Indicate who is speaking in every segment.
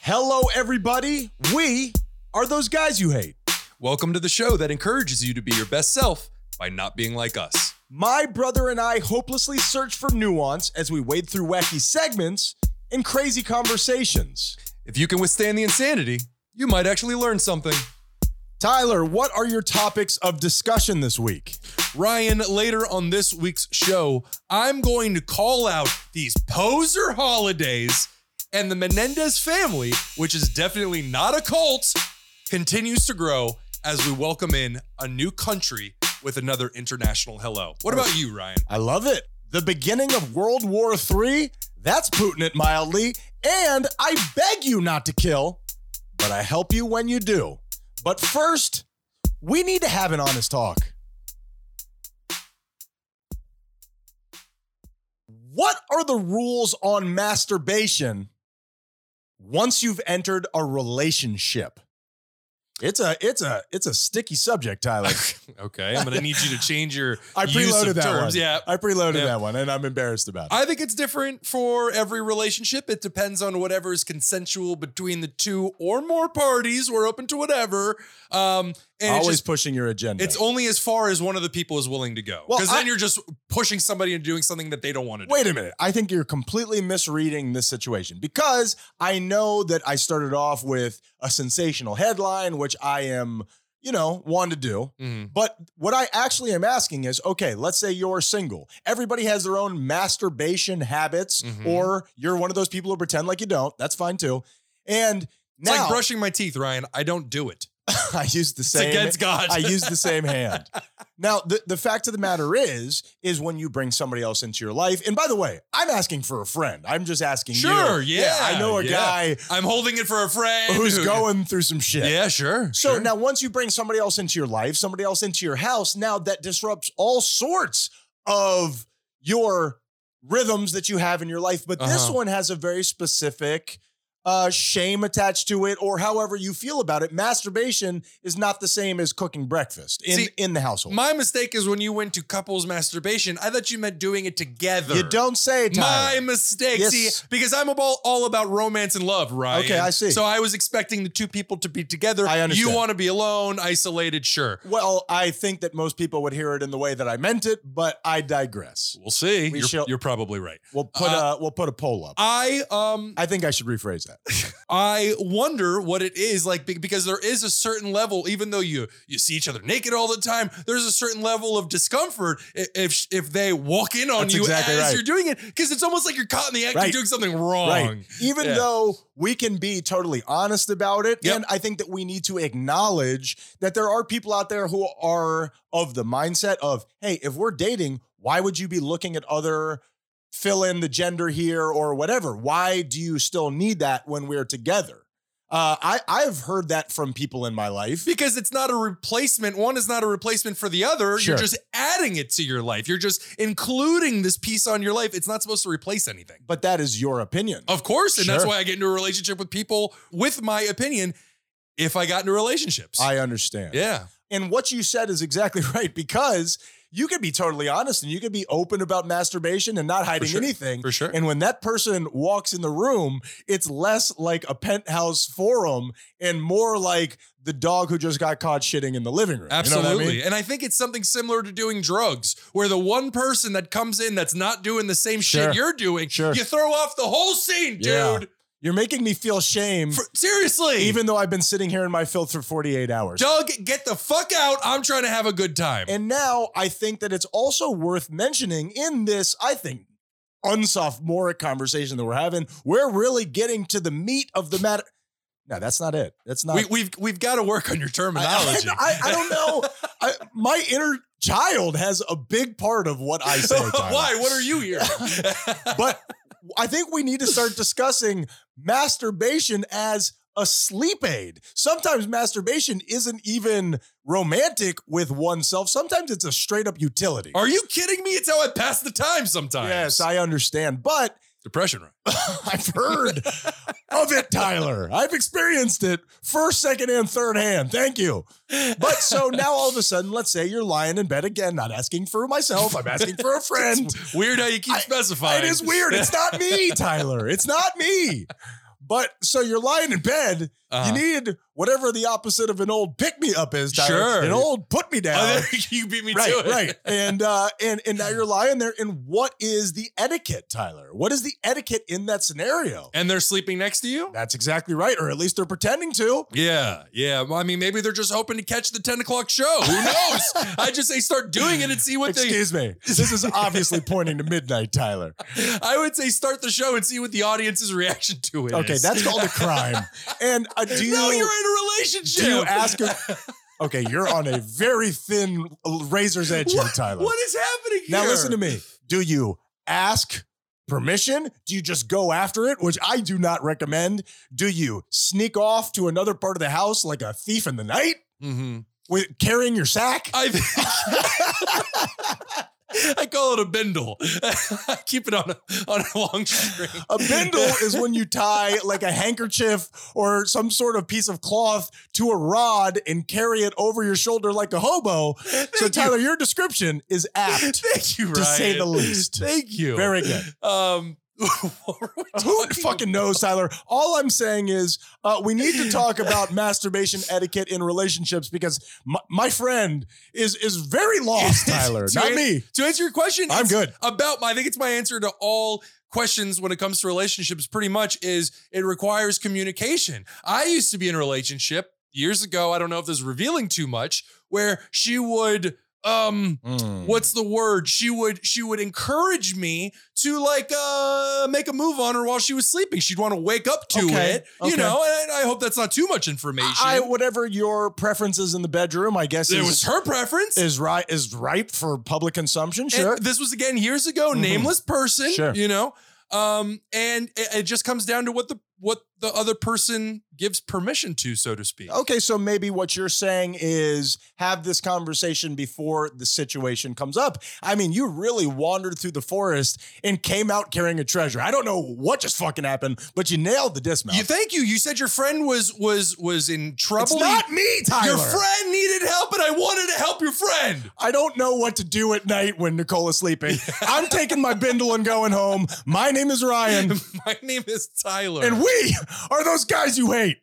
Speaker 1: Hello, everybody. We are those guys you hate.
Speaker 2: Welcome to the show that encourages you to be your best self by not being like us.
Speaker 1: My brother and I hopelessly search for nuance as we wade through wacky segments and crazy conversations.
Speaker 2: If you can withstand the insanity, you might actually learn something.
Speaker 1: Tyler, what are your topics of discussion this week?
Speaker 2: Ryan, later on this week's show, I'm going to call out these poser holidays and the Menendez family, which is definitely not a cult, continues to grow as we welcome in a new country with another international hello. What about you, Ryan?
Speaker 1: I love it. The beginning of World War III? That's putting it mildly. And I beg you not to kill, but I help you when you do. But first, we need to have an honest talk. What are the rules on masturbation once you've entered a relationship? It's a it's a it's a sticky subject, Tyler.
Speaker 2: Okay, I'm gonna need you to change your
Speaker 1: I
Speaker 2: use
Speaker 1: preloaded
Speaker 2: of
Speaker 1: that
Speaker 2: terms.
Speaker 1: one.
Speaker 2: Yeah,
Speaker 1: I preloaded
Speaker 2: Yeah.
Speaker 1: that one and I'm embarrassed about it.
Speaker 2: I think it's different for every relationship. It depends on whatever is consensual between the two or more parties. We're open to whatever. Um, and it's,
Speaker 1: Always
Speaker 2: just-
Speaker 1: pushing your agenda.
Speaker 2: it's only as far as one of the people is willing to go.
Speaker 1: Well,
Speaker 2: Because
Speaker 1: I-
Speaker 2: then you're just pushing somebody into doing something that they don't want to do.
Speaker 1: Wait a minute. I think you're completely misreading this situation because I know that I started off with a sensational headline, which I am, you know, one to do.
Speaker 2: Mhm.
Speaker 1: But what I actually am asking is okay, let's say you're single. Everybody has their own masturbation habits,
Speaker 2: Mhm.
Speaker 1: or you're one of those people who pretend like you don't. That's fine too. And
Speaker 2: It's
Speaker 1: now
Speaker 2: like brushing my teeth, Ryan. I don't do it.
Speaker 1: I use the
Speaker 2: It's
Speaker 1: same
Speaker 2: against God.
Speaker 1: I use the same hand. Now, the, the fact of the matter is, is when you bring somebody else into your life, and by the way, I'm asking for a friend. I'm just asking
Speaker 2: Sure,
Speaker 1: you.
Speaker 2: yeah,
Speaker 1: I know a
Speaker 2: yeah.
Speaker 1: guy
Speaker 2: I'm holding it for a friend
Speaker 1: who's
Speaker 2: who-
Speaker 1: going through some shit.
Speaker 2: Yeah, sure.
Speaker 1: So
Speaker 2: sure.
Speaker 1: now once you bring somebody else into your life, somebody else into your house, now that disrupts all sorts of your rhythms that you have in your life. But this
Speaker 2: Uh-huh.
Speaker 1: one has a very specific uh, shame attached to it, or however you feel about it. Masturbation is not the same as cooking breakfast in,
Speaker 2: See,
Speaker 1: in the household.
Speaker 2: my mistake is when you went to couples masturbation, I thought you meant doing it together.
Speaker 1: you don't say, Tyler.
Speaker 2: My mistake.
Speaker 1: Yes.
Speaker 2: See, because I'm about all about romance and love, right?
Speaker 1: Okay, I see.
Speaker 2: So I was expecting the two people to be together.
Speaker 1: I understand.
Speaker 2: You want to be alone, isolated, sure.
Speaker 1: Well, I think that most people would hear it in the way that I meant it, but I digress.
Speaker 2: We'll see.
Speaker 1: We
Speaker 2: you're,
Speaker 1: shall-
Speaker 2: you're probably right.
Speaker 1: We'll put
Speaker 2: Uh,
Speaker 1: a we'll put a poll up.
Speaker 2: I um
Speaker 1: I think I should rephrase that.
Speaker 2: I wonder what it is like be- because there is a certain level, even though you you see each other naked all the time, there's a certain level of discomfort i- if sh- if they walk in on
Speaker 1: That's
Speaker 2: you
Speaker 1: exactly
Speaker 2: as
Speaker 1: right.
Speaker 2: you're doing it because it's almost like you're caught in the act
Speaker 1: Right.
Speaker 2: of doing something wrong.
Speaker 1: Right. Even
Speaker 2: Yeah.
Speaker 1: though we can be totally honest about it,
Speaker 2: Yep.
Speaker 1: and I think that we need to acknowledge that there are people out there who are of the mindset of, hey, if we're dating, why would you be looking at other fill in the gender here or whatever? Why do you still need that when we're together? Uh, I I've heard that from people in my life.
Speaker 2: because it's not a replacement. One is not a replacement for the other.
Speaker 1: Sure.
Speaker 2: You're just adding it to your life. You're just including this piece on your life. It's not supposed to replace anything.
Speaker 1: But that is your opinion.
Speaker 2: Of course, and that's
Speaker 1: Sure.
Speaker 2: why I get into a relationship with people with my opinion if I got into relationships.
Speaker 1: I understand.
Speaker 2: yeah.
Speaker 1: And what you said is exactly right because you could be totally honest and you could be open about masturbation and not hiding
Speaker 2: sure.
Speaker 1: anything.
Speaker 2: For sure.
Speaker 1: And when that person walks in the room, it's less like a penthouse forum and more like the dog who just got caught shitting in the living room. You know what I
Speaker 2: Absolutely.
Speaker 1: mean?
Speaker 2: And I think it's something similar to doing drugs, where the one person that comes in that's not doing the same
Speaker 1: Sure.
Speaker 2: shit you're doing,
Speaker 1: Sure.
Speaker 2: you throw off the whole scene, dude.
Speaker 1: Yeah. You're making me feel shame,
Speaker 2: For- seriously.
Speaker 1: even though I've been sitting here in my filth for 48 hours.
Speaker 2: Doug, get the fuck out. I'm trying to have a good time.
Speaker 1: And now I think that it's also worth mentioning in this, I think, unsophomoric conversation that we're having, we're really getting to the meat of the matter. No, that's not it. That's not.
Speaker 2: we, we've we've got to work on your
Speaker 1: I,
Speaker 2: terminology.
Speaker 1: I, I- I don't know. I, my inner child has a big part of what I say. Tyler.
Speaker 2: Why? What are you here?
Speaker 1: But I think we need to start discussing masturbation as a sleep aid. Sometimes masturbation isn't even romantic with oneself. Sometimes it's a straight up utility.
Speaker 2: are you kidding me? It's how I pass the time sometimes.
Speaker 1: Yes, I understand, but
Speaker 2: Depression. Right?
Speaker 1: I've heard of it, Tyler. I've experienced it first, second, and third hand. Thank you. But so now all of a sudden, let's say you're lying in bed again, not asking for myself, I'm asking for a friend.
Speaker 2: Weird how you keep
Speaker 1: I-
Speaker 2: specifying.
Speaker 1: It is weird. It's not me, Tyler. It's not me. But so you're lying in bed.
Speaker 2: Uh-huh.
Speaker 1: You need whatever the opposite of an old pick me up is, Tyler.
Speaker 2: Sure.
Speaker 1: An old put me down.
Speaker 2: Oh, you beat me
Speaker 1: right,
Speaker 2: to it.
Speaker 1: right. And uh and and now you're lying there. And what is the etiquette, Tyler? What is the etiquette in that scenario?
Speaker 2: And they're sleeping next to you?
Speaker 1: That's exactly right, or at least they're pretending to.
Speaker 2: Yeah, yeah. Well, I mean, maybe they're just hoping to catch the 10 o'clock show. Who knows? I just say start doing it and see what they.
Speaker 1: Excuse me. This is obviously pointing to midnight, Tyler.
Speaker 2: I would say start the show and see what the audience's reaction to it
Speaker 1: Okay,
Speaker 2: is.
Speaker 1: that's called a crime. And uh, do you
Speaker 2: no, you're in a relationship.
Speaker 1: do you ask? A, okay, you're on a very thin razor's edge here,
Speaker 2: What-
Speaker 1: Tyler.
Speaker 2: What is happening here?
Speaker 1: Now listen to me. Do you ask permission? Do you just go after it, which I do not recommend? Do you sneak off to another part of the house like a thief in the night
Speaker 2: Mm-hmm.
Speaker 1: with carrying your sack?
Speaker 2: I I call it a bindle. I keep it on a, on a long string.
Speaker 1: A bindle is when you tie like a handkerchief or some sort of piece of cloth to a rod and carry it over your shoulder like a hobo.
Speaker 2: Thank
Speaker 1: So
Speaker 2: you.
Speaker 1: Tyler, your description is apt
Speaker 2: Thank you,
Speaker 1: to say the
Speaker 2: Ryan.
Speaker 1: least.
Speaker 2: Thank you.
Speaker 1: Very good.
Speaker 2: Um, what were we
Speaker 1: Who
Speaker 2: talking
Speaker 1: fucking knows, Tyler? All I'm saying is uh, we need to talk about masturbation etiquette in relationships because my, my friend is is very lost, Tyler.
Speaker 2: To
Speaker 1: Not
Speaker 2: an-
Speaker 1: me.
Speaker 2: To answer your question,
Speaker 1: I'm
Speaker 2: it's
Speaker 1: good.
Speaker 2: About my, I think it's my answer to all questions when it comes to relationships. Pretty much is it requires communication. I used to be in a relationship years ago. I don't know if this is revealing too much. Where she would, um,
Speaker 1: Mm.
Speaker 2: what's the word? She would, she would encourage me to like uh make a move on her while she was sleeping. She'd want to wake up to
Speaker 1: Okay,
Speaker 2: it,
Speaker 1: okay.
Speaker 2: you know. And I hope that's not too much information.
Speaker 1: I whatever your preferences in the bedroom, I guess
Speaker 2: it
Speaker 1: is,
Speaker 2: was her preference.
Speaker 1: is ri- is ripe for public consumption.
Speaker 2: And
Speaker 1: Sure.
Speaker 2: this was again years ago,
Speaker 1: Mhm.
Speaker 2: nameless person,
Speaker 1: Sure.
Speaker 2: you know. Um, and it, it just comes down to what the what the other person gives permission to, so to speak.
Speaker 1: Okay, so maybe what you're saying is have this conversation before the situation comes up. I mean, you really wandered through the forest and came out carrying a treasure. I don't know what just fucking happened, but you nailed the dismount.
Speaker 2: You thank you. You said your friend was was was in
Speaker 1: it's
Speaker 2: trouble.
Speaker 1: not me, Tyler.
Speaker 2: your friend needed help, and I wanted to help your friend.
Speaker 1: I don't know what to do at night when Nicole is sleeping. I'm taking my bindle and going home. My name is Ryan,
Speaker 2: My name is Tyler.
Speaker 1: and we are those guys you hate.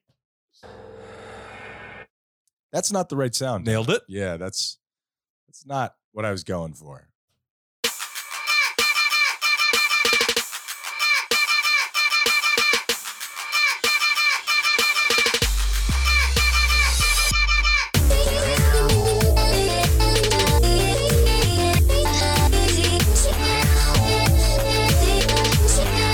Speaker 1: That's not the right sound.
Speaker 2: nailed it.
Speaker 1: Yeah, that's that's not what I was going for.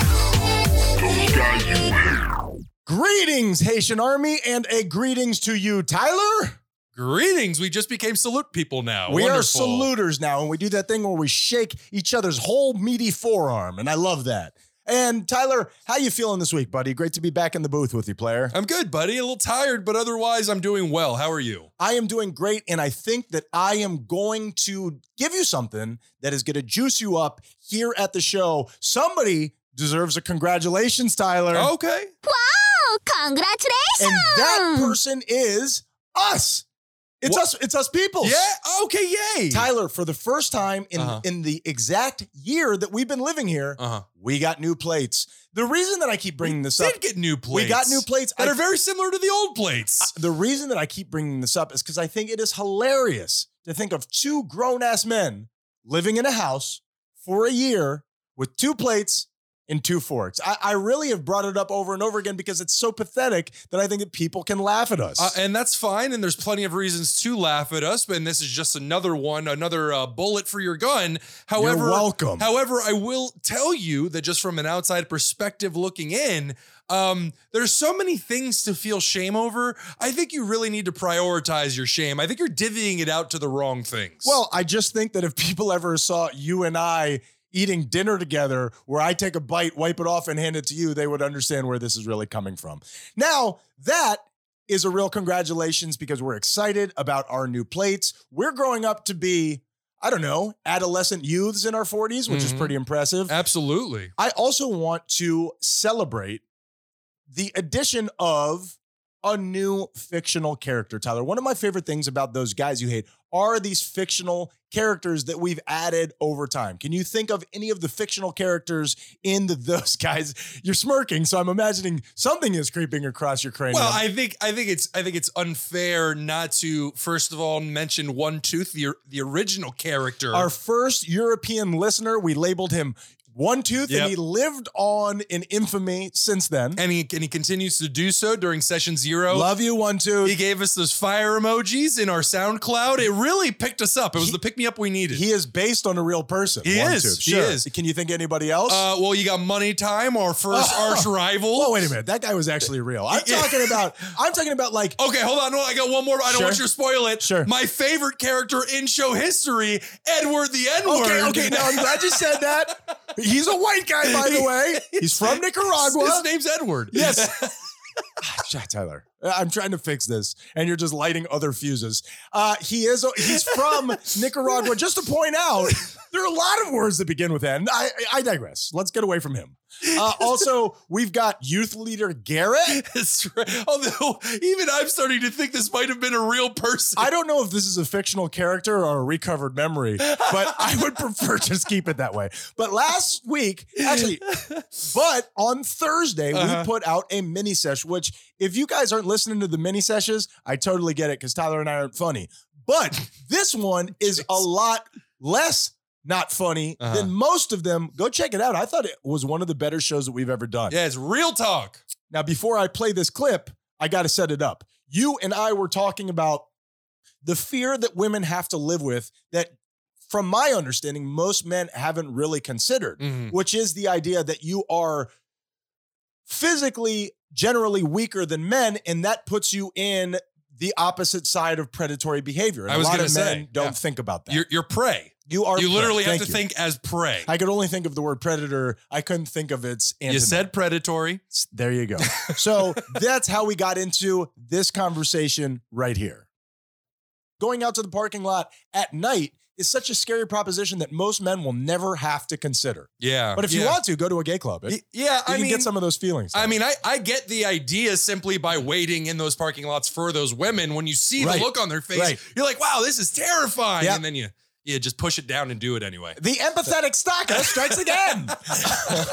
Speaker 3: Those guys you hate.
Speaker 1: Greetings, Haitian Army, and a greetings to you, Tyler.
Speaker 2: Greetings. We just became salute people now.
Speaker 1: we are
Speaker 2: Oh, Wonderful.
Speaker 1: saluters now, and we do that thing where we shake each other's whole meaty forearm, and I love that. And Tyler, how you feeling this week, buddy? Great to be back in the booth with you, player.
Speaker 2: I'm good, buddy. A little tired, but otherwise I'm doing well. How are you?
Speaker 1: I am doing great, and I think that I am going to give you something that is going to juice you up here at the show. Somebody deserves a congratulations, Tyler.
Speaker 2: Okay.
Speaker 3: Wow! Congratulations!
Speaker 1: And that person is us. It's
Speaker 2: What?
Speaker 1: us. It's us people.
Speaker 2: Yeah. Okay. Yay.
Speaker 1: Tyler, for the first time in,
Speaker 2: Uh-huh.
Speaker 1: in the exact year that we've been living here,
Speaker 2: Uh huh.
Speaker 1: we got new plates. The reason that I keep bringing this up,
Speaker 2: Did get new plates.
Speaker 1: we got new plates.
Speaker 2: that
Speaker 1: I-
Speaker 2: are very similar to the old plates.
Speaker 1: the reason that I keep bringing this up is because I think it is hilarious to think of two grown ass men living in a house for a year with two plates and two forks. I, I really have brought it up over and over again because it's so pathetic that I think that people can laugh at us.
Speaker 2: Uh, and that's fine, and there's plenty of reasons to laugh at us. And this is just another one, another uh, bullet for your gun. However,
Speaker 1: You're welcome.
Speaker 2: However, I will tell you that just from an outside perspective looking in, um, there's so many things to feel shame over. I think you really need to prioritize your shame. I think you're divvying it out to the wrong things.
Speaker 1: Well, I just think that if people ever saw you and I eating dinner together, where I take a bite, wipe it off, and hand it to you, they would understand where this is really coming from. Now, that is a real congratulations because we're excited about our new plates. We're growing up to be, I don't know, adolescent youths in our 40s, which is
Speaker 2: Mhm.
Speaker 1: pretty impressive.
Speaker 2: absolutely.
Speaker 1: I also want to celebrate the addition of a new fictional character, Tyler. One of my favorite things about those guys you hate are these fictional characters that we've added over time? Can you think of any of the fictional characters in the, those guys? You're smirking, so I'm imagining something is creeping across your cranium.
Speaker 2: Well, I think I think it's I think it's unfair not to first of all mention One Tooth, the the original character.
Speaker 1: Our first European listener, we labeled him One Tooth,
Speaker 2: Yep.
Speaker 1: and he lived on in infamy since then.
Speaker 2: and oh, he and he continues to do so during session zero.
Speaker 1: Love you, One Tooth.
Speaker 2: He gave us those fire emojis in our SoundCloud. It really picked us up. It was
Speaker 1: He-
Speaker 2: the pick me up we needed.
Speaker 1: He is based on a real person.
Speaker 2: He
Speaker 1: One
Speaker 2: is.
Speaker 1: Tooth.
Speaker 2: He
Speaker 1: Sure.
Speaker 2: is.
Speaker 1: Can you think of anybody else?
Speaker 2: uh, well, you got Money Time, our first
Speaker 1: Oh.
Speaker 2: arch rival.
Speaker 1: oh, wait a minute. That guy was actually real. I'm
Speaker 2: Yeah.
Speaker 1: talking about. I'm talking about like.
Speaker 2: Okay, hold on. No, I got one more. but I don't
Speaker 1: Sure.
Speaker 2: want you to spoil it.
Speaker 1: Sure.
Speaker 2: My favorite character in show history, Edward the N word.
Speaker 1: Okay, okay. Now I'm glad you said that. He's a white guy, by the way. He's from
Speaker 2: His
Speaker 1: Nicaragua.
Speaker 2: name's Edward.
Speaker 1: Yes. Shut Tyler. Uh, I'm trying to fix this, and you're just lighting other fuses. Uh, he is. He's from Nicaragua. Just to point out, there are a lot of words that begin with N. I, I digress. Let's get away from him. Uh, also, we've got youth leader Garrett.
Speaker 2: That's right. Although even I'm starting to think this might have been a real person.
Speaker 1: I don't know if this is a fictional character or a recovered memory, but I would prefer just keep it that way. But last week, actually, but on Thursday,
Speaker 2: Uh-huh.
Speaker 1: we put out a mini sesh, which if you guys aren't listening to the mini sessions, I totally get it because Tyler and I aren't funny. But this one is a lot less not funny
Speaker 2: Uh-huh.
Speaker 1: than most of them. Go check it out. I thought it was one of the better shows that we've ever done.
Speaker 2: yeah, it's real talk.
Speaker 1: Now, before I play this clip, I got to set it up. You and I were talking about the fear that women have to live with that, from my understanding, most men haven't really considered,
Speaker 2: Mm-hmm. Mm.
Speaker 1: which is the idea that you are physically generally weaker than men, and that puts you in the opposite side of predatory behavior. And
Speaker 2: I was
Speaker 1: a lot
Speaker 2: gonna
Speaker 1: of men
Speaker 2: say,
Speaker 1: don't
Speaker 2: yeah.
Speaker 1: think about that.
Speaker 2: You're, you're prey.
Speaker 1: you are
Speaker 2: you
Speaker 1: prey.
Speaker 2: literally have
Speaker 1: Thank
Speaker 2: to
Speaker 1: you.
Speaker 2: think as prey.
Speaker 1: I could only think of the word predator. I couldn't think of its
Speaker 2: you
Speaker 1: antonym.
Speaker 2: said predatory.
Speaker 1: S- There you go. So that's how we got into this conversation right here. Going out to the parking lot at night is such a scary proposition that most men will never have to consider.
Speaker 2: Yeah.
Speaker 1: But if you
Speaker 2: Uh, Yeah.
Speaker 1: want to, go to a gay club. It-
Speaker 2: Y- yeah,
Speaker 1: you
Speaker 2: I
Speaker 1: can
Speaker 2: mean,
Speaker 1: get some of those feelings.
Speaker 2: I mean, I, I get the idea simply by waiting in those parking lots for those women. When you see
Speaker 1: Right.
Speaker 2: the look on their face,
Speaker 1: Right.
Speaker 2: you're like, wow, this is terrifying.
Speaker 1: Yep.
Speaker 2: And then you, you just push it down and do it anyway.
Speaker 1: the empathetic stalker strikes again.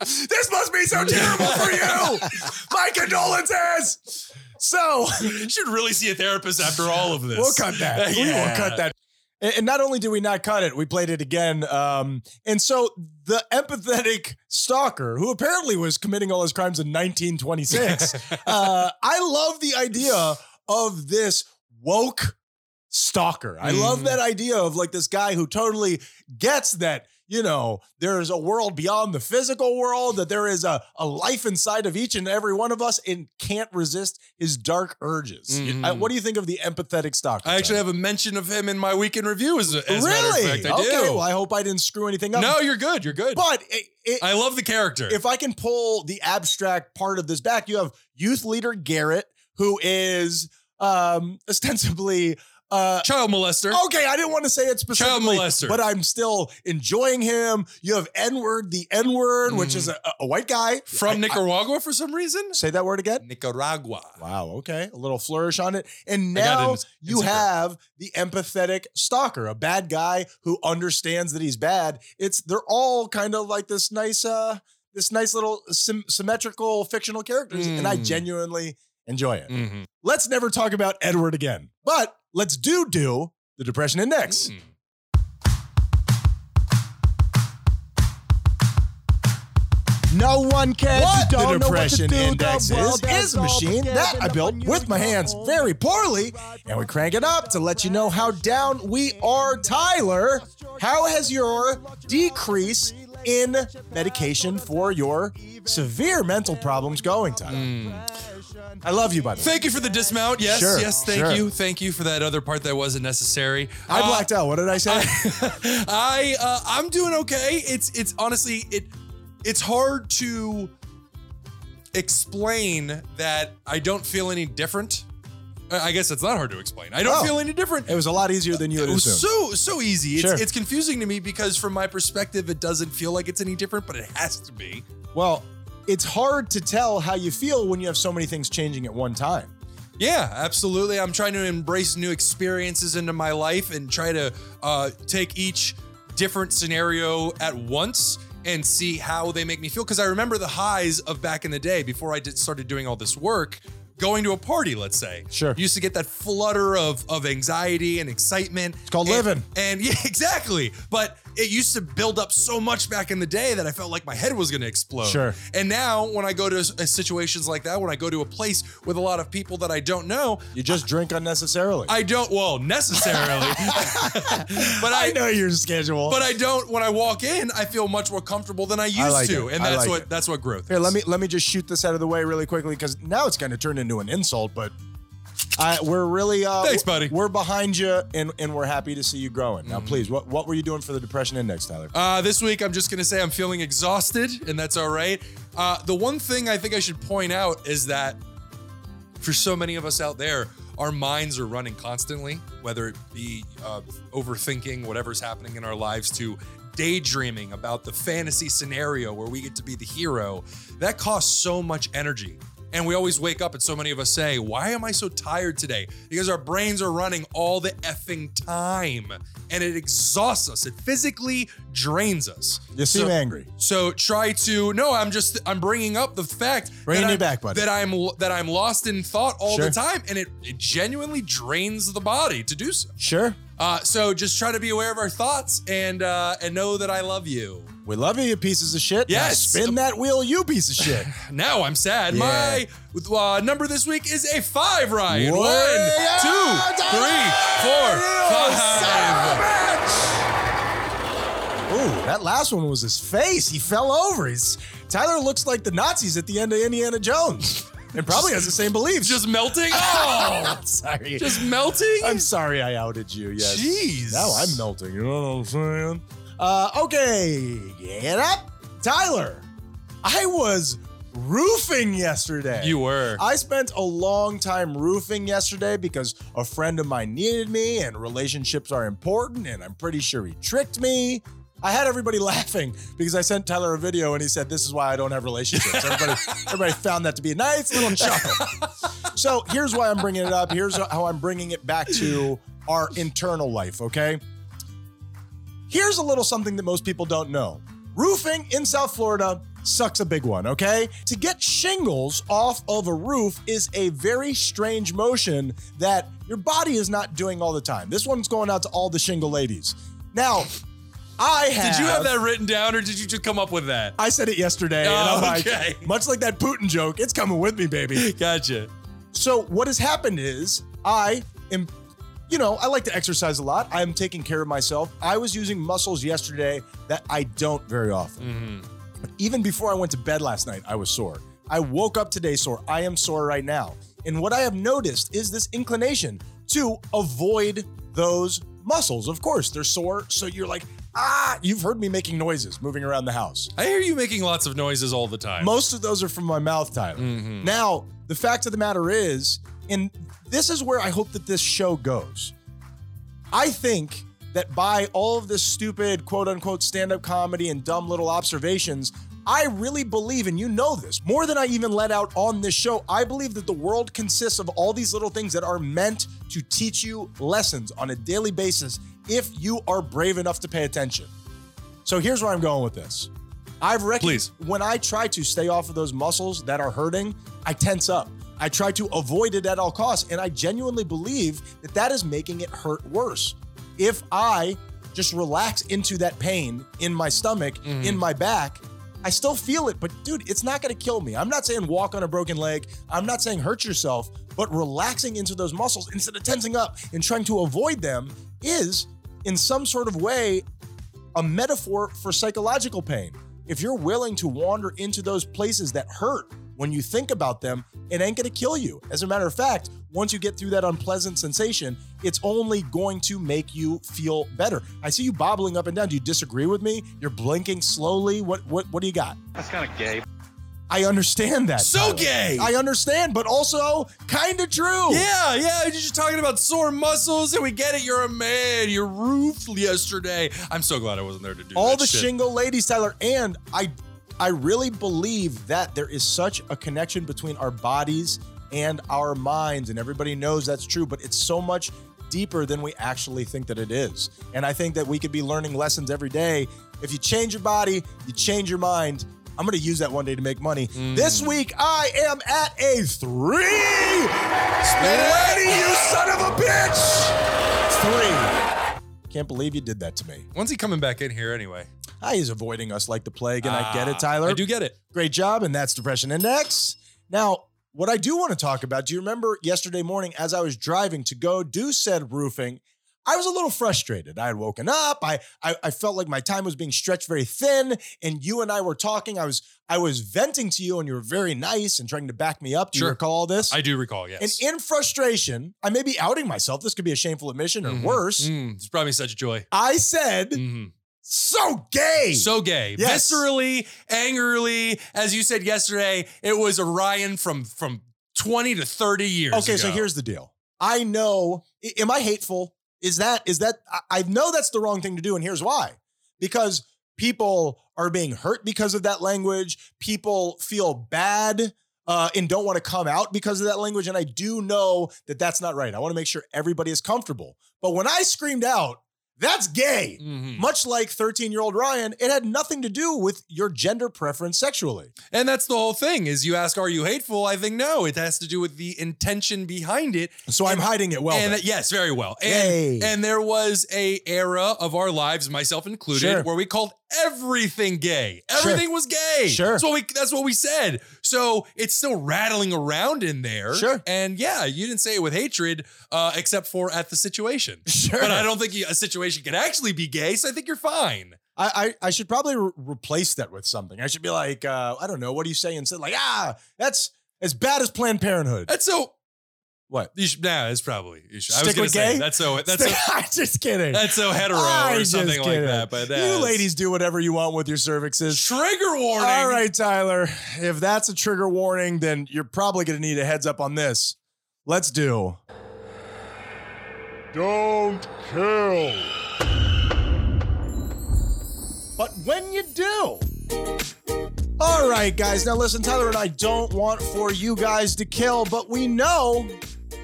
Speaker 1: this must be so terrible for you. My condolences. So
Speaker 2: you should really see a therapist after all of this.
Speaker 1: We'll cut that. We will
Speaker 2: Yeah.
Speaker 1: cut that. And and not only did we not cut it, we played it again. Um, and so the empathetic stalker, who apparently was committing all his crimes in 1926, uh, I love the idea of this woke stalker. I love
Speaker 2: Mhm.
Speaker 1: that idea of like this guy who totally gets that, you know, there is a world beyond the physical world, that there is a, a life inside of each and every one of us and can't resist his dark urges.
Speaker 2: Mhm.
Speaker 1: I- what do you think of the empathetic stalker?
Speaker 2: I actually
Speaker 1: Tyler?
Speaker 2: have a mention of him in my weekend review. As, as a matter of
Speaker 1: really?
Speaker 2: fact, I
Speaker 1: okay,
Speaker 2: do.
Speaker 1: well, I hope I didn't screw anything up.
Speaker 2: no, you're good. You're good.
Speaker 1: But it, it,
Speaker 2: I love the character.
Speaker 1: if I can pull the abstract part of this back, you have youth leader Garrett, who is um ostensibly uh
Speaker 2: Child molester.
Speaker 1: Okay, I didn't want to say it specifically,
Speaker 2: molester.
Speaker 1: but I'm still enjoying him. You have N word, the N word, which is a, a white guy
Speaker 2: Mm. from
Speaker 1: I-
Speaker 2: Nicaragua for some reason.
Speaker 1: I- say that word again.
Speaker 2: Nicaragua.
Speaker 1: Wow. Okay, a little flourish on it, and
Speaker 2: I got
Speaker 1: now
Speaker 2: it in- in
Speaker 1: you
Speaker 2: secret.
Speaker 1: have the empathetic stalker, a bad guy who understands that he's bad. It's they're all kind of like this nice, uh, this nice little sym- symmetrical fictional characters, and I
Speaker 2: Mm.
Speaker 1: genuinely enjoy it.
Speaker 2: Mhm.
Speaker 1: Let's never talk about Edward again, but let's do do the Depression Index.
Speaker 2: Mm.
Speaker 1: No one cares. You
Speaker 4: What? The
Speaker 1: don't know what to
Speaker 4: depression
Speaker 1: do.
Speaker 4: index
Speaker 1: the world
Speaker 4: is-
Speaker 1: is a machine that I built with my hands very poorly, and we crank it up to let you know how down we are. Tyler, how has your decrease in medication for your severe mental problems going, Tyler?
Speaker 5: Hmm.
Speaker 1: I love you, by the way.
Speaker 2: Thank you for the dismount. Yes,
Speaker 1: Sure,
Speaker 2: yes, thank
Speaker 1: sure.
Speaker 2: you. Thank you for that other part that wasn't necessary.
Speaker 1: I
Speaker 2: Uh,
Speaker 1: blacked out. What did I say?
Speaker 2: I uh, I'm doing okay. It's it's honestly it it's hard to explain that I don't feel any different. I I guess it's not hard to explain. I don't
Speaker 1: Oh.
Speaker 2: feel any different.
Speaker 1: It was a lot easier than you
Speaker 2: It
Speaker 1: had
Speaker 2: was
Speaker 1: assumed.
Speaker 2: so so easy. It's,
Speaker 1: Sure.
Speaker 2: it's confusing to me because from my perspective, it doesn't feel like it's any different, but it has to be.
Speaker 1: Well, it's hard to tell how you feel when you have so many things changing at one time.
Speaker 2: Yeah, absolutely. I'm trying to embrace new experiences into my life and try to uh, take each different scenario at once and see how they make me feel. Because I remember the highs of back in the day before I did, started doing all this work. Going to a party, let's say,
Speaker 1: Sure.
Speaker 2: you used to get that flutter of of anxiety and excitement. It's
Speaker 1: called living.
Speaker 2: and yeah, exactly. But it used to build up so much back in the day that I felt like my head was going to explode.
Speaker 1: Sure.
Speaker 2: And now, when I go to s- uh, situations like that, when I go to a place with a lot of people that I don't know,
Speaker 1: You just drink unnecessarily.
Speaker 2: I don't well necessarily, but I,
Speaker 1: know your schedule.
Speaker 2: but I don't. When I walk in, I feel much more comfortable than I used
Speaker 1: like
Speaker 2: to,
Speaker 1: it.
Speaker 2: and
Speaker 1: I
Speaker 2: that's
Speaker 1: like
Speaker 2: what
Speaker 1: it.
Speaker 2: that's what growth.
Speaker 1: Here,
Speaker 2: is.
Speaker 1: let me let me just shoot this out of the way really quickly because now it's going to turn into an insult. But I, we're really uh,
Speaker 2: Thanks, buddy. Mm-hmm.
Speaker 1: We're behind you, and and we're happy to see you growing. Now, please, what what were you doing for the depression index, Tyler?
Speaker 2: Uh, this week, I'm just going to say I'm feeling exhausted, and that's all right. Uh, the one thing I think I should point out is that for so many of us out there, our minds are running constantly, whether it be uh, overthinking whatever's happening in our lives to daydreaming about the fantasy scenario where we get to be the hero. That costs so much energy. And we always wake up, and so many of us say, Why am I so tired today? Because our brains are running all the effing time and it exhausts us. It physically drains us.
Speaker 1: you seem
Speaker 2: so-
Speaker 1: angry.
Speaker 2: So try to no. I'm just I'm bringing up the fact
Speaker 1: Bringing it
Speaker 2: that I'm,
Speaker 1: back, buddy.
Speaker 2: that I'm that I'm lost in thought all
Speaker 1: Sure.
Speaker 2: the time, and it, it genuinely drains the body to do so.
Speaker 1: Sure,
Speaker 2: Uh, so just try to be aware of our thoughts and uh, and know that I love you.
Speaker 1: we love you, you pieces of shit. Now
Speaker 2: Yes.
Speaker 1: spin that wheel, you piece of shit.
Speaker 2: Now I'm sad.
Speaker 1: Yeah.
Speaker 2: My uh, number this week is a five, Ryan.
Speaker 1: Way
Speaker 2: One, two,
Speaker 1: up,
Speaker 2: three, four, five.
Speaker 1: Ooh, that last one was his face. He fell over. He's Tyler looks like the Nazis at the end of Indiana Jones, and probably has the same beliefs.
Speaker 2: Just melting. Oh,
Speaker 1: sorry.
Speaker 2: just melting.
Speaker 1: I'm sorry I outed you. Yes.
Speaker 2: Jeez.
Speaker 1: Now I'm melting. You know what I'm saying? Uh, okay. Get up, Tyler. I was roofing yesterday.
Speaker 2: you were.
Speaker 1: I spent a long time roofing yesterday because a friend of mine needed me and relationships are important and I'm pretty sure he tricked me. I had everybody laughing because I sent Tyler a video and he said, This is why I don't have relationships. Everybody, everybody found that to be a nice little chuckle. so here's why I'm bringing it up. Here's how I'm bringing it back to our internal life, okay? Here's a little something that most people don't know. Roofing in South Florida sucks a big one, okay? To get shingles off of a roof is a very strange motion that your body is not doing all the time. This one's going out to all the shingle ladies. Now, I have
Speaker 2: Did you have that written down, or did you just come up with that?
Speaker 1: I said it yesterday, and
Speaker 2: Oh,
Speaker 1: I'm
Speaker 2: okay.
Speaker 1: like, much like that Putin joke, it's coming with me, baby.
Speaker 2: Gotcha.
Speaker 1: So what has happened is I am, you know, I like to exercise a lot. I am taking care of myself. I was using muscles yesterday that I don't very often. But even before I went to bed last night, I was sore. I woke up today sore. I am sore right now. And what I have noticed is this inclination to avoid those muscles. Of course, they're sore. So you're like, ah, you've heard me making noises moving around the house.
Speaker 2: I hear you making lots of noises all the time.
Speaker 1: Most of those are from my mouth, Tyler. Now, the fact of the matter is, and this is where I hope that this show goes. I think that by all of this stupid quote unquote stand up comedy and dumb little observations, I really believe, and you know this more than I even let out on this show. I believe that the world consists of all these little things that are meant to teach you lessons on a daily basis if you are brave enough to pay attention. So here's where I'm going with this. I've recognized
Speaker 2: Please.
Speaker 1: when I try to stay off of those muscles that are hurting, I tense up. I try to avoid it at all costs. And I genuinely believe that that is making it hurt worse. If I just relax into that pain in my stomach, in my back, I still feel it. But dude, it's not going to kill me. I'm not saying walk on a broken leg. I'm not saying hurt yourself, but relaxing into those muscles instead of tensing up and trying to avoid them is in some sort of way a metaphor for psychological pain. If you're willing to wander into those places that hurt when you think about them, it ain't gonna kill you. As a matter of fact, once you get through that unpleasant sensation, it's only going to make you feel better. I see you bobbling up and down. Do you disagree with me? You're blinking slowly. What what what do you got?
Speaker 4: That's kind of gay.
Speaker 1: I understand that.
Speaker 2: So
Speaker 1: Tyler.
Speaker 2: gay!
Speaker 1: I understand, but also kind of true.
Speaker 2: yeah, yeah. You're just talking about sore muscles, and we get it. You're a man. You roofed yesterday. I'm so glad I wasn't there to do
Speaker 1: all
Speaker 2: that
Speaker 1: the
Speaker 2: shit.
Speaker 1: shingle ladies, Tyler, and I I really believe that there is such a connection between our bodies and our minds. And everybody knows that's true, but it's so much deeper than we actually think that it is. And I think that we could be learning lessons every day. If you change your body, you change your mind. I'm going to use that one day to make money.
Speaker 2: Mm.
Speaker 1: This week, I am at a three. Ready, you son of a bitch. Three. Can't believe you did that to me.
Speaker 2: When's he coming back in here anyway?
Speaker 1: Ah, he's avoiding us like the plague, and I get
Speaker 2: Ah,
Speaker 1: it, Tyler.
Speaker 2: I do get it.
Speaker 1: Great job, and that's Depression Index. Now, what I do want to talk about, do you remember yesterday morning as I was driving to go do said roofing, I was a little frustrated. I had woken up. I, I I felt like my time was being stretched very thin, and you and I were talking. I was I was venting to you, and you were very nice and trying to back me up. Do
Speaker 2: Sure.
Speaker 1: you recall this?
Speaker 2: I do recall, yes.
Speaker 1: and in frustration, I may be outing myself. This could be a shameful admission or
Speaker 2: Mhm.
Speaker 1: worse.
Speaker 2: Mm, it's probably such a joy.
Speaker 1: I said,
Speaker 2: Mhm.
Speaker 1: "So gay."
Speaker 2: So gay,
Speaker 1: Yes.
Speaker 2: viscerally, angrily, as you said yesterday. It was Orion from from twenty to thirty years.
Speaker 1: Okay, so
Speaker 2: ago.
Speaker 1: here's the deal. I know. i- Am I hateful? Is that is that? I- I know that's the wrong thing to do, and here's why. Because people are being hurt because of that language. People feel bad uh, and don't want to come out because of that language. And I do know that that's not right. I want to make sure everybody is comfortable. But when I screamed out, "That's gay,"
Speaker 2: Mhm.
Speaker 1: much like 13 year old Ryan, it had nothing to do with your gender preference sexually.
Speaker 2: and that's the whole thing. Is you ask, "Are you hateful?" I think no. It has to do with the intention behind it.
Speaker 1: So I'm
Speaker 2: And-
Speaker 1: hiding it well.
Speaker 2: and
Speaker 1: then.
Speaker 2: that- yes, very well. And
Speaker 1: Yay.
Speaker 2: and there was a era of our lives, myself included,
Speaker 1: Sure.
Speaker 2: where we called everything gay.
Speaker 1: Sure.
Speaker 2: Everything was gay.
Speaker 1: Sure.
Speaker 2: That's what we that's what we said. So it's still rattling around in there.
Speaker 1: Sure.
Speaker 2: And yeah, you didn't say it with hatred, uh, except for at the situation.
Speaker 1: sure.
Speaker 2: But I don't think you- a situation can actually be gay, so I think you're fine.
Speaker 1: I, I I should probably re- replace that with something. I should be like, uh, I don't know, what do you say instead? Like, ah, that's as bad as Planned Parenthood.
Speaker 2: That's so.
Speaker 1: What?
Speaker 2: You should, nah, it's probably. You should, I
Speaker 1: Stick
Speaker 2: was gonna
Speaker 1: with
Speaker 2: say
Speaker 1: gay?
Speaker 2: that's so. That's so,
Speaker 1: I'm just kidding.
Speaker 2: that's so hetero
Speaker 1: I'm
Speaker 2: or
Speaker 1: just
Speaker 2: something like
Speaker 1: kidding.
Speaker 2: that. But
Speaker 1: you
Speaker 2: that's-
Speaker 1: ladies do whatever you want with your cervixes.
Speaker 2: trigger warning.
Speaker 1: All right, Tyler. If that's a trigger warning, then you're probably going to need a heads up on this. Let's do. Don't kill. But when you do. All right, guys. Now listen, Tyler and I don't want for you guys to kill, but we know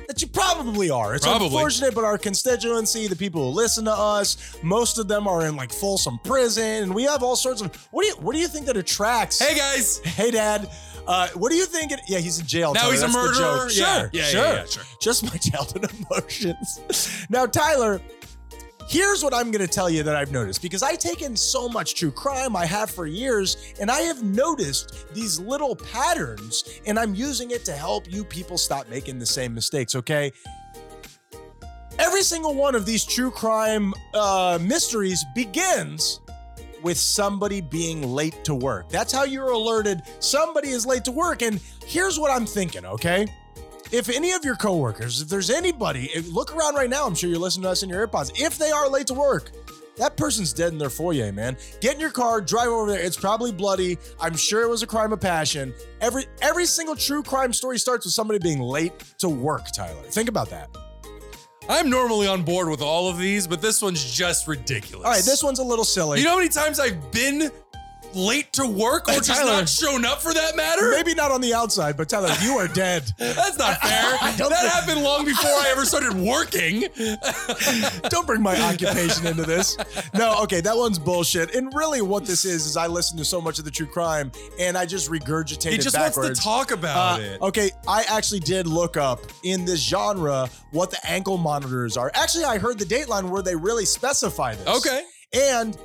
Speaker 1: that you probably are. It's
Speaker 2: Probably.
Speaker 1: unfortunate, but our constituency, the people who listen to us, most of them are in like Folsom Prison, and we have all sorts of. What do you What do you think that attracts?
Speaker 2: Hey guys,
Speaker 1: hey, Dad. Uh, what do you think? It, yeah, he's in jail.
Speaker 2: now
Speaker 1: Tyler,
Speaker 2: he's a
Speaker 1: that's the
Speaker 2: murderer.
Speaker 1: joke.
Speaker 2: Yeah.
Speaker 1: Sure,
Speaker 2: yeah, yeah,
Speaker 1: sure
Speaker 2: yeah, sure.
Speaker 1: just my childhood emotions. Now, Tyler, here's what I'm going to tell you that I've noticed because I take in so much true crime, I have for years, and I have noticed these little patterns, and I'm using it to help you people stop making the same mistakes, okay? Every single one of these true crime uh, mysteries begins with somebody being late to work. That's how you're alerted somebody is late to work. And here's what I'm thinking, okay? if any of your coworkers, if there's anybody, if- look around right now. I'm sure you're listening to us in your AirPods. If they are late to work, that person's dead in their foyer, man. Get in your car, drive over there. It's probably bloody. I'm sure it was a crime of passion. Every every single true crime story starts with somebody being late to work, Tyler. Think about that.
Speaker 2: I'm normally on board with all of these, but this one's just ridiculous.
Speaker 1: All right, this one's a little silly.
Speaker 2: You know how many times I've been late to work or just
Speaker 1: Tyler.
Speaker 2: not shown up for that matter?
Speaker 1: Maybe not on the outside, but Tyler, you are dead.
Speaker 2: That's not fair.
Speaker 1: I
Speaker 2: that
Speaker 1: don't think-
Speaker 2: happened long before I ever started working.
Speaker 1: Don't bring my occupation into this. No, okay, that one's bullshit. And really, what this is is I listen to so much of the true crime, and I just regurgitate
Speaker 2: he
Speaker 1: it
Speaker 2: just
Speaker 1: backwards.
Speaker 2: wants to talk
Speaker 1: Uh,
Speaker 2: about it.
Speaker 1: okay, I actually did look up in this genre what the ankle monitors are. Actually, I heard the Dateline where they really specify this.
Speaker 2: Okay.
Speaker 1: And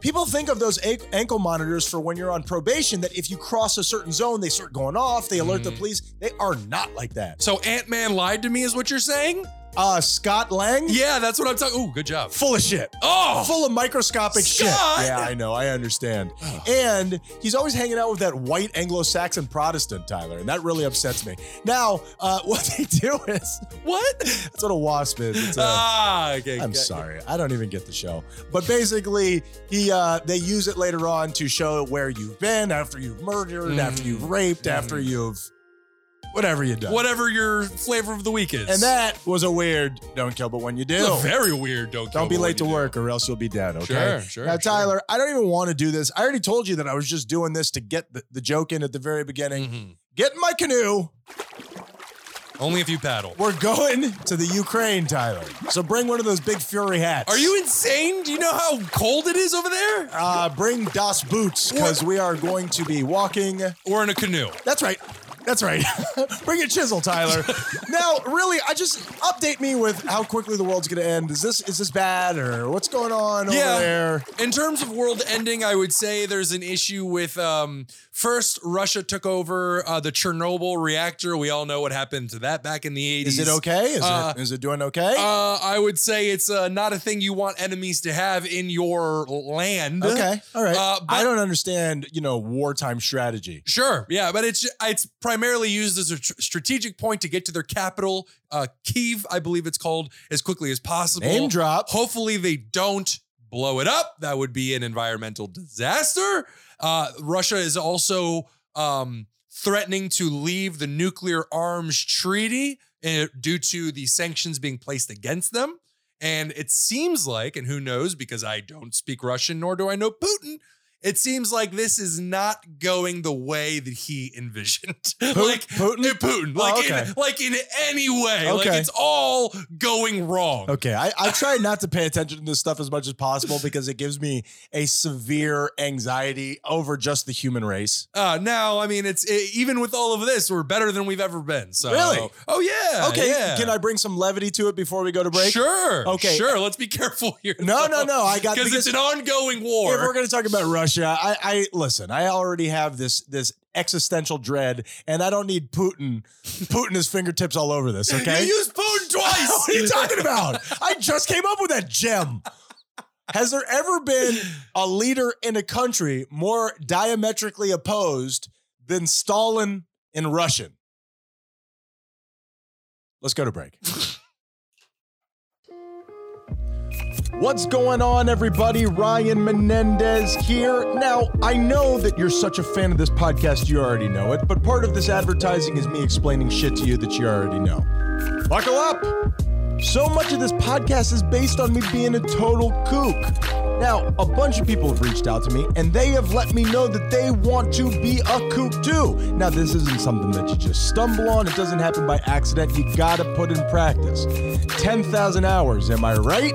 Speaker 1: people think of those ac- ankle monitors for when you're on probation that if you cross a certain zone, they start going off, they alert the
Speaker 2: Mhm.
Speaker 1: police. They are not like that.
Speaker 2: So Ant Man lied to me, is what you're saying?
Speaker 1: Uh, Scott Lang?
Speaker 2: Yeah, that's what I'm talking. Oh, good job.
Speaker 1: Full of shit.
Speaker 2: Oh,
Speaker 1: Full of microscopic
Speaker 2: Scott!
Speaker 1: shit. Yeah, I know. I understand.
Speaker 2: Oh.
Speaker 1: And he's always hanging out with that white Anglo-Saxon Protestant, Tyler, and that really upsets me. Now, uh, what they do is
Speaker 2: what?
Speaker 1: That's what a wasp is. It's a-
Speaker 2: Ah, okay.
Speaker 1: uh, I'm
Speaker 2: okay.
Speaker 1: sorry. I don't even get the show. But basically, he uh, they use it later on to show where you've been after you've murdered, after
Speaker 2: Mm.
Speaker 1: you've raped,
Speaker 2: Mm.
Speaker 1: after you've whatever you done.
Speaker 2: Whatever your flavor of the week is.
Speaker 1: And that was a weird don't kill, but when you
Speaker 2: It's a
Speaker 1: do,
Speaker 2: very weird. Don't
Speaker 1: don't
Speaker 2: kill
Speaker 1: be
Speaker 2: me when
Speaker 1: late to
Speaker 2: you do.
Speaker 1: work or else you'll be dead. Okay.
Speaker 2: Sure, sure.
Speaker 1: now,
Speaker 2: sure.
Speaker 1: Tyler, I don't even want to do this. I already told you that I was
Speaker 2: Mm-hmm.
Speaker 1: just doing this to get the, the joke in at the very beginning.
Speaker 2: Mhm.
Speaker 1: Get in my canoe.
Speaker 2: Only if you paddle.
Speaker 1: We're going to the Ukraine, Tyler. So bring one of those big fury hats.
Speaker 2: Are you insane? Do you know how cold it is over there?
Speaker 1: Uh, bring Das Boots because we are going to be walking.
Speaker 2: Or in a canoe?
Speaker 1: That's right. That's right. bring your chisel, Tyler. now, really, I just update me with how quickly the world's going to end. Is this is this bad or what's going on over there?
Speaker 2: In terms of world ending, I would say there's an issue with um, first Russia took over uh, the Chernobyl reactor. We all know what happened to that back in the 80s.
Speaker 1: Is it okay? Is,
Speaker 2: Uh,
Speaker 1: it, is it doing okay?
Speaker 2: Uh, I would say it's uh, not a thing you want enemies to have in your land.
Speaker 1: okay. All right.
Speaker 2: uh, but-
Speaker 1: I don't understand, you know, wartime strategy.
Speaker 2: Sure, yeah, but it's it's primarily used as a tr- strategic point to get to their capital, uh, Kiev, I believe it's called, as quickly as possible.
Speaker 1: Name drop.
Speaker 2: Hopefully, they don't blow it up. That would be an environmental disaster. Uh, Russia is also um, threatening to leave the nuclear arms treaty uh, due to the sanctions being placed against them. And it seems like, and who knows, because I don't speak Russian nor do I know Putin. It seems like this is not going the way that he envisioned. like
Speaker 1: Putin?
Speaker 2: eh, Putin,
Speaker 1: Oh,
Speaker 2: like
Speaker 1: okay.
Speaker 2: in, like in any way, like
Speaker 1: Okay.
Speaker 2: it's all going wrong.
Speaker 1: Okay, I, I try not to pay attention to this stuff as much as possible because it gives me a severe anxiety over just the human race.
Speaker 2: Uh, now, I mean, it's it, even with all of this, we're better than we've ever been. So,
Speaker 1: Really?
Speaker 2: oh yeah,
Speaker 1: Okay,
Speaker 2: yeah.
Speaker 1: can I bring some levity to it before we go to break?
Speaker 2: Sure,
Speaker 1: Okay.
Speaker 2: sure. Let's be careful here.
Speaker 1: No, no, no. I got
Speaker 2: because it's an ongoing war.
Speaker 1: If we're going to talk about Russia, I, I listen. I already have this this existential dread, and I don't need Putin putting his fingertips all over this. Okay,
Speaker 2: You used Putin twice.
Speaker 1: what are you talking about? I just came up with that gem. Has there ever been a leader in a country more diametrically opposed than Stalin in Russian? Let's go to break. What's going on, everybody? Ryan Menendez here. Now, I know that you're such a fan of this podcast, you already know it, but part of this advertising is me explaining shit to you that you already know. Buckle up! So much of this podcast is based on me being a total kook. Now, a bunch of people have reached out to me and they have let me know that they want to be a kook too. Now, this isn't something that you just stumble on, it doesn't happen by accident. You gotta put in practice. 10,000 hours, am I right?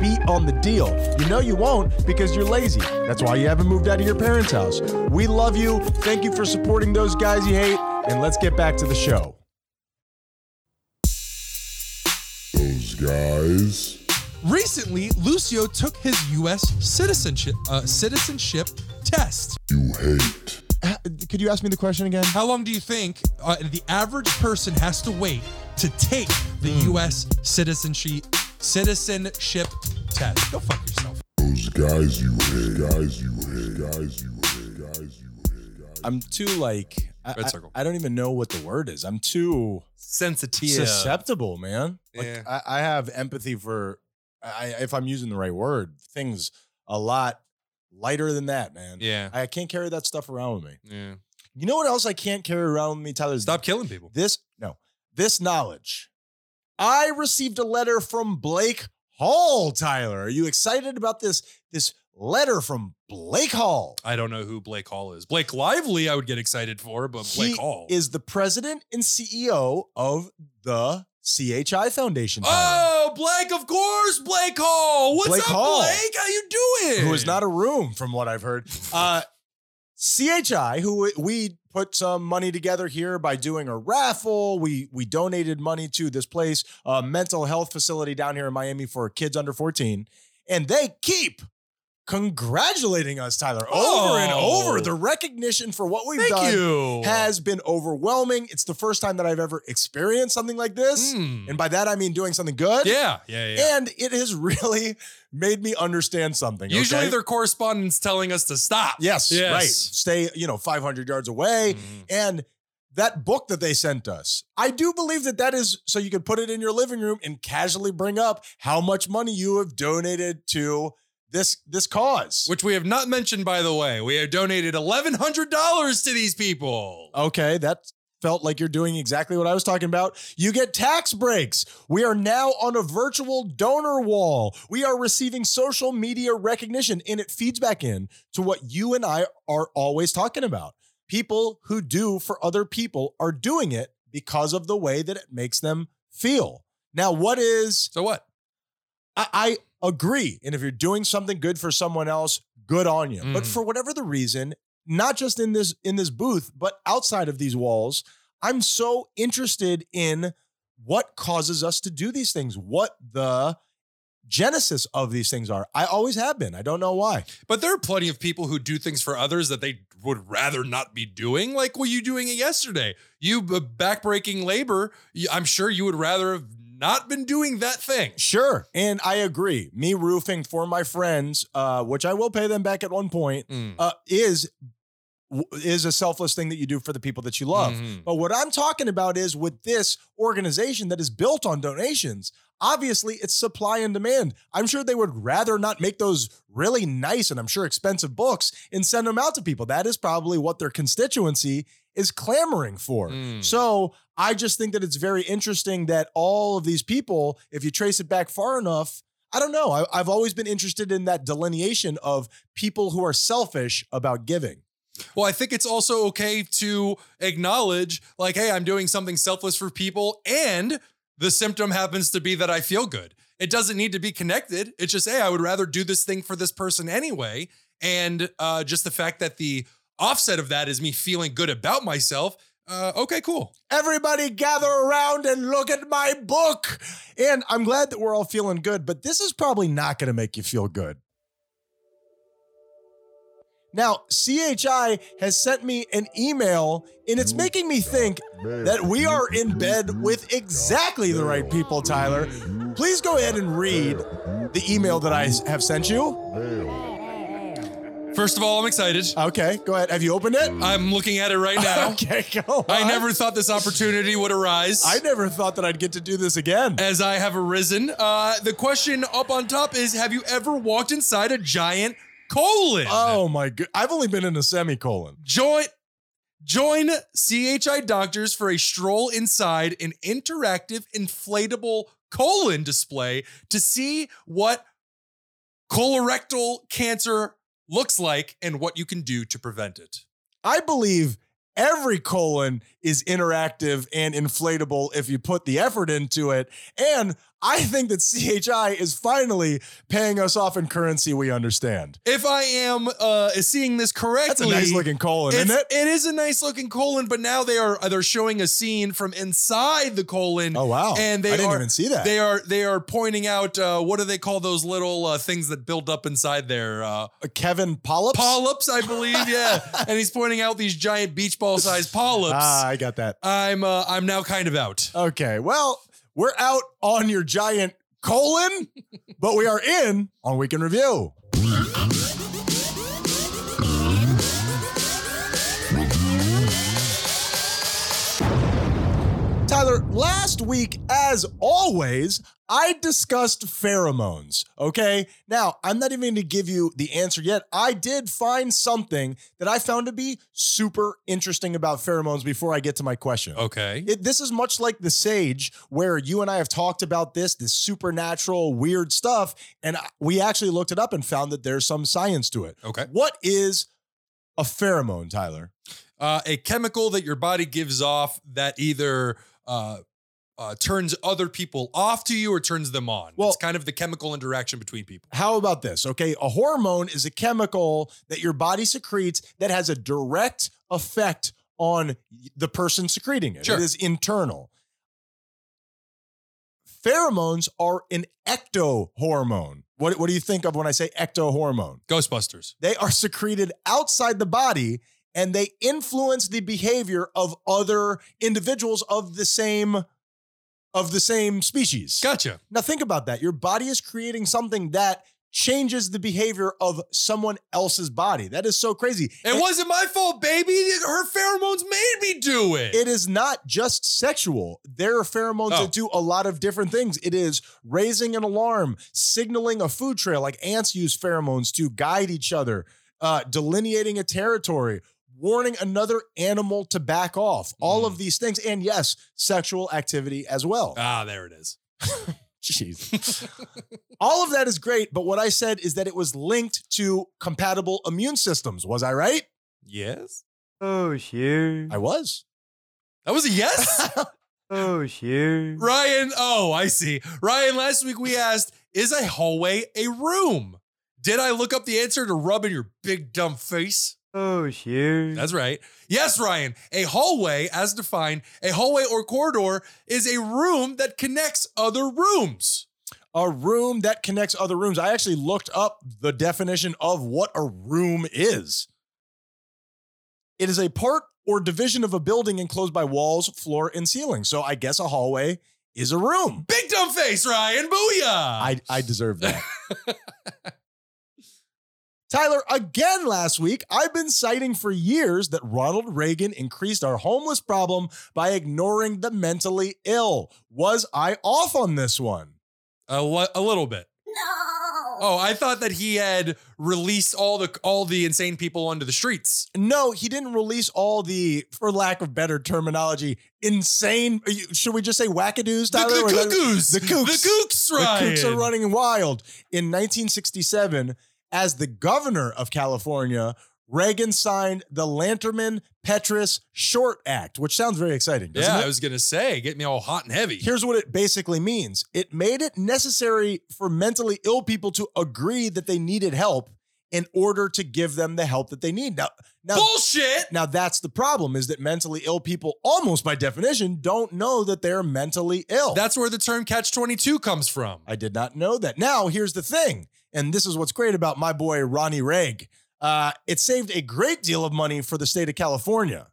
Speaker 1: beat on the deal. You know you won't because you're lazy. That's why you haven't moved out of your parents' house. We love you. Thank you for supporting those guys you hate, and let's get back to the show.
Speaker 4: Those guys.
Speaker 2: Recently, Lucio took his U.S. citizenship uh, citizenship test.
Speaker 4: You hate.
Speaker 1: Uh, Could you ask me the question again?
Speaker 2: How long do you think uh, the average person has to wait to take the
Speaker 1: Hmm.
Speaker 2: U.S. citizenship citizenship test? Go fuck yourself.
Speaker 4: Those guys you hate. Guys you hate. Guys you hate. Guys you hate. Guys
Speaker 1: I'm too like I,
Speaker 2: Red circle.
Speaker 1: I, I don't even know what the word is. I'm too
Speaker 2: Sensitive.
Speaker 1: susceptible, man. Like
Speaker 2: Yeah.
Speaker 1: I, I have empathy for I if I'm using the right word, things a lot lighter than that, man.
Speaker 2: Yeah.
Speaker 1: I can't carry that stuff around with me.
Speaker 2: Yeah.
Speaker 1: You know what else I can't carry around with me, Tyler? is
Speaker 2: Stop killing people.
Speaker 1: This no, this knowledge. I received a letter from Blake Hall, Tyler. Are you excited about this this letter from Blake Hall?
Speaker 2: I don't know who Blake Hall is. Blake Lively, I would get excited for, but Blake
Speaker 1: he
Speaker 2: Hall
Speaker 1: is the president and CEO of the CHI Foundation. Tyler,
Speaker 2: Oh, Blake, of course, Blake Hall. What's
Speaker 1: Blake
Speaker 2: up,
Speaker 1: Hall.
Speaker 2: Blake? How you doing?
Speaker 1: Who is not a room, from what I've heard. Uh, CHI, who we- we put some money together here by doing a raffle. We we donated money to this place, a mental health facility down here in Miami for kids under 14. and they keep congratulating us, Tyler, over and
Speaker 2: Oh.
Speaker 1: over. The recognition for what we've
Speaker 2: Thank
Speaker 1: done
Speaker 2: you.
Speaker 1: has been overwhelming. It's the first time that I've ever experienced something like this.
Speaker 2: Mm.
Speaker 1: And by that, I mean doing something good.
Speaker 2: yeah, yeah, yeah.
Speaker 1: And it has really made me understand something.
Speaker 2: Usually
Speaker 1: okay?
Speaker 2: their correspondents telling us to stop.
Speaker 1: Yes,
Speaker 2: Yes.
Speaker 1: right. Stay, you know, 500 yards away.
Speaker 2: Mhm.
Speaker 1: And that book that they sent us, I do believe that that is so you could put it in your living room and casually bring up how much money you have donated to this this cause.
Speaker 2: Which we have not mentioned, by the way. We have donated eleven hundred dollars to these people.
Speaker 1: Okay, that felt like you're doing exactly what I was talking about. You get tax breaks. We are now on a virtual donor wall. We are receiving social media recognition, and it feeds back in to what you and I are always talking about. People who do for other people are doing it because of the way that it makes them feel. Now, what is
Speaker 2: So what?
Speaker 1: I, I agree. And if you're doing something good for someone else, good on you. But
Speaker 2: Mhm.
Speaker 1: for whatever the reason, not just in this in this booth, but outside of these walls, I'm so interested in what causes us to do these things, what the genesis of these things are. I always have been. I don't know why.
Speaker 2: But there are plenty of people who do things for others that they would rather not be doing. Like, were you doing it yesterday? You uh, backbreaking labor. you- I'm sure you would rather have not been doing that thing.
Speaker 1: Sure. And I agree. Me roofing for my friends, uh, which I will pay them back at one point,
Speaker 2: Mm.
Speaker 1: uh, is is a selfless thing that you do for the people that you love.
Speaker 2: Mhm.
Speaker 1: But what I'm talking about is with this organization that is built on donations, obviously it's supply and demand. I'm sure they would rather not make those really nice and I'm sure expensive books and send them out to people. That is probably what their constituency is clamoring for.
Speaker 2: Mm.
Speaker 1: So I just think that it's very interesting that all of these people, if you trace it back far enough, I don't know. I, I've always been interested in that delineation of people who are selfish about giving.
Speaker 2: Well, I think it's also okay to acknowledge, like, hey, I'm doing something selfless for people, and the symptom happens to be that I feel good. It doesn't need to be connected. It's just, hey, I would rather do this thing for this person anyway. And uh, just the fact that the offset of that is me feeling good about myself. Uh, okay, cool.
Speaker 1: Everybody gather around and look at my book. And I'm glad that we're all feeling good, but this is probably not going to make you feel good. Now, CHI has sent me an email, and it's making me think that we are in bed with exactly the right people, Tyler. Please go ahead and read the email that I have sent you.
Speaker 2: First of all, I'm excited.
Speaker 1: Okay, go ahead. Have you opened it?
Speaker 2: I'm looking at it right now.
Speaker 1: Okay, go.
Speaker 2: I
Speaker 1: on.
Speaker 2: never thought this opportunity would arise.
Speaker 1: I never thought that I'd get to do this again.
Speaker 2: as I have arisen. Uh, the question up on top is Have you ever walked inside a giant colon?
Speaker 1: Oh my god! I've only been in a semicolon.
Speaker 2: Join. Join CHI doctors for a stroll inside an interactive inflatable colon display to see what colorectal cancer looks like and what you can do to prevent it.
Speaker 1: I believe every colon is interactive and inflatable if you put the effort into it. And I think that CHI is finally paying us off in currency we understand.
Speaker 2: If I am uh, seeing this correctly,
Speaker 1: That's a nice looking colon, isn't
Speaker 2: It's-
Speaker 1: it?
Speaker 2: It is a nice looking colon, but now they are they're showing a scene from inside the colon.
Speaker 1: Oh wow!
Speaker 2: And they
Speaker 1: I didn't
Speaker 2: are-
Speaker 1: even see that.
Speaker 2: They are they are pointing out uh, what do they call those little uh, things that build up inside there? Uh,
Speaker 1: Kevin polyps.
Speaker 2: polyps, I believe. Yeah, and he's pointing out these giant beach ball sized polyps.
Speaker 1: Ah, I got that.
Speaker 2: I'm uh, I'm now kind of out.
Speaker 1: Okay, well, we're out on your giant colon, but we are in on weekend review. Tyler, last week, as always, I discussed pheromones. Okay. Now, I'm not even going to give you the answer yet. I did find something that I found to be super interesting about pheromones before I get to my question.
Speaker 2: Okay.
Speaker 1: It, this is much like the sage, where you and I have talked about this, this supernatural, weird stuff, and I- we actually looked it up and found that there's some science to it.
Speaker 2: Okay.
Speaker 1: What is a pheromone, Tyler?
Speaker 2: Uh, a chemical that your body gives off that either. Uh, uh, turns other people off to you or turns them on.
Speaker 1: Well-
Speaker 2: it's kind of the chemical interaction between people.
Speaker 1: How about this? Okay, a hormone is a chemical that your body secretes that has a direct effect on the person secreting it.
Speaker 2: Sure.
Speaker 1: It is internal. Pheromones are an ectohormone, What, what do you think of when I say ectohormone?
Speaker 2: Ghostbusters.
Speaker 1: They are secreted outside the body and they influence the behavior of other individuals of the same of the same species.
Speaker 2: Gotcha.
Speaker 1: Now think about that. Your body is creating something that changes the behavior of someone else's body. That is so crazy.
Speaker 2: It, wasn't my fault, baby. Her pheromones made me do it.
Speaker 1: It is not just sexual. There are pheromones
Speaker 2: Oh.
Speaker 1: that do a lot of different things. It is raising an alarm, signaling a food trail, like ants use pheromones to guide each other, uh, delineating a territory, warning another animal to back off. All of these things, and yes, sexual activity as well.
Speaker 2: Mm. ah, there it is.
Speaker 1: Jeez. All of that is great, but what I said is that it was linked to compatible immune systems. Was I right?
Speaker 2: Yes.
Speaker 5: Oh, sure.
Speaker 2: Mm.
Speaker 1: I was.
Speaker 2: That was a yes?
Speaker 5: Oh, sure.
Speaker 2: Ryan, oh, I see. Ryan, last week we asked, is a hallway a room? Did I look up the answer to rub in your big dumb face?
Speaker 5: Oh, sure.
Speaker 2: That's right. Yes, Ryan. A hallway, as defined, a hallway or corridor is a room that connects other rooms.
Speaker 1: a room that connects other rooms. I actually looked up the definition of what a room is. It is a part or division of a building enclosed by walls, floor, and ceiling. So I guess a hallway is a room.
Speaker 2: Big dumb face, Ryan. Booyah.
Speaker 1: I, I deserve that. Tyler, again last week, I've been citing for years that Ronald Reagan increased our homeless problem by ignoring the mentally ill. Was I off on this one?
Speaker 2: a, li- a little bit.
Speaker 3: No!
Speaker 2: Oh, I thought that he had released all the all the insane people onto the streets.
Speaker 1: No, he didn't release all the, for lack of better terminology, insane. are you- Should we just say wackadoos,
Speaker 2: The,
Speaker 1: Tyler?
Speaker 2: the
Speaker 1: Or-
Speaker 2: cuckoos.
Speaker 1: The kooks.
Speaker 2: The kooks,
Speaker 1: The
Speaker 2: Ryan.
Speaker 1: kooks are running wild. In 1967, as the governor of California, Reagan signed the Lanterman Petrus Short Act, which sounds very exciting, doesn't
Speaker 2: Yeah,
Speaker 1: it?
Speaker 2: I was going to say, get me all hot and heavy.
Speaker 1: Here's what it basically means it made it necessary for mentally ill people to agree that they needed help in order to give them the help that they need. Now, now
Speaker 2: Bullshit.
Speaker 1: now that's the problem is that mentally ill people almost by definition don't know that they're mentally ill.
Speaker 2: That's where the term catch 22 comes from.
Speaker 1: I did not know that. Now here's the thing, and this is what's great about my boy Ronnie Reig. Uh, it saved a great deal of money for the state of California.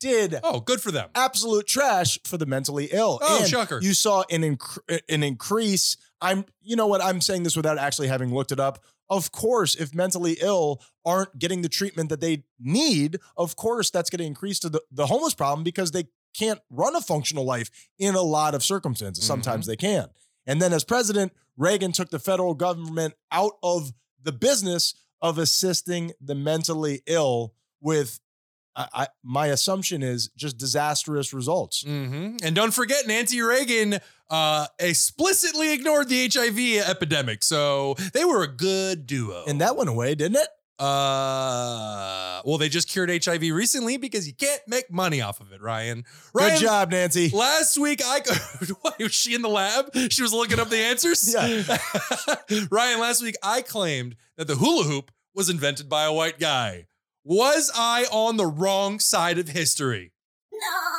Speaker 1: Did
Speaker 2: Oh, good for them.
Speaker 1: absolute trash for the mentally ill.
Speaker 2: Oh,
Speaker 1: And
Speaker 2: shocker.
Speaker 1: You saw an incre- an increase. I'm you know what I'm saying this without actually having looked it up. Of course, if mentally ill aren't getting the treatment that they need, of course that's going to increase to the, the homeless problem because they can't run a functional life in a lot of circumstances. Sometimes
Speaker 2: Mm-hmm.
Speaker 1: they can. And then as president, Reagan took the federal government out of the business of assisting the mentally ill with I, I my assumption is just disastrous results.
Speaker 2: hmm And don't forget, Nancy Reagan uh, explicitly ignored the HIV epidemic, so they were a good duo.
Speaker 1: And that went away, didn't it?
Speaker 2: uh, well, they just cured HIV recently because you can't make money off of it, Ryan. Ryan,
Speaker 1: Good job, Nancy.
Speaker 2: Last week, I what, was she in the lab? She was looking up the answers.
Speaker 1: Yeah.
Speaker 2: Ryan. Last week, I claimed that the hula hoop was invented by a white guy. Was I on the wrong side of history?
Speaker 3: No!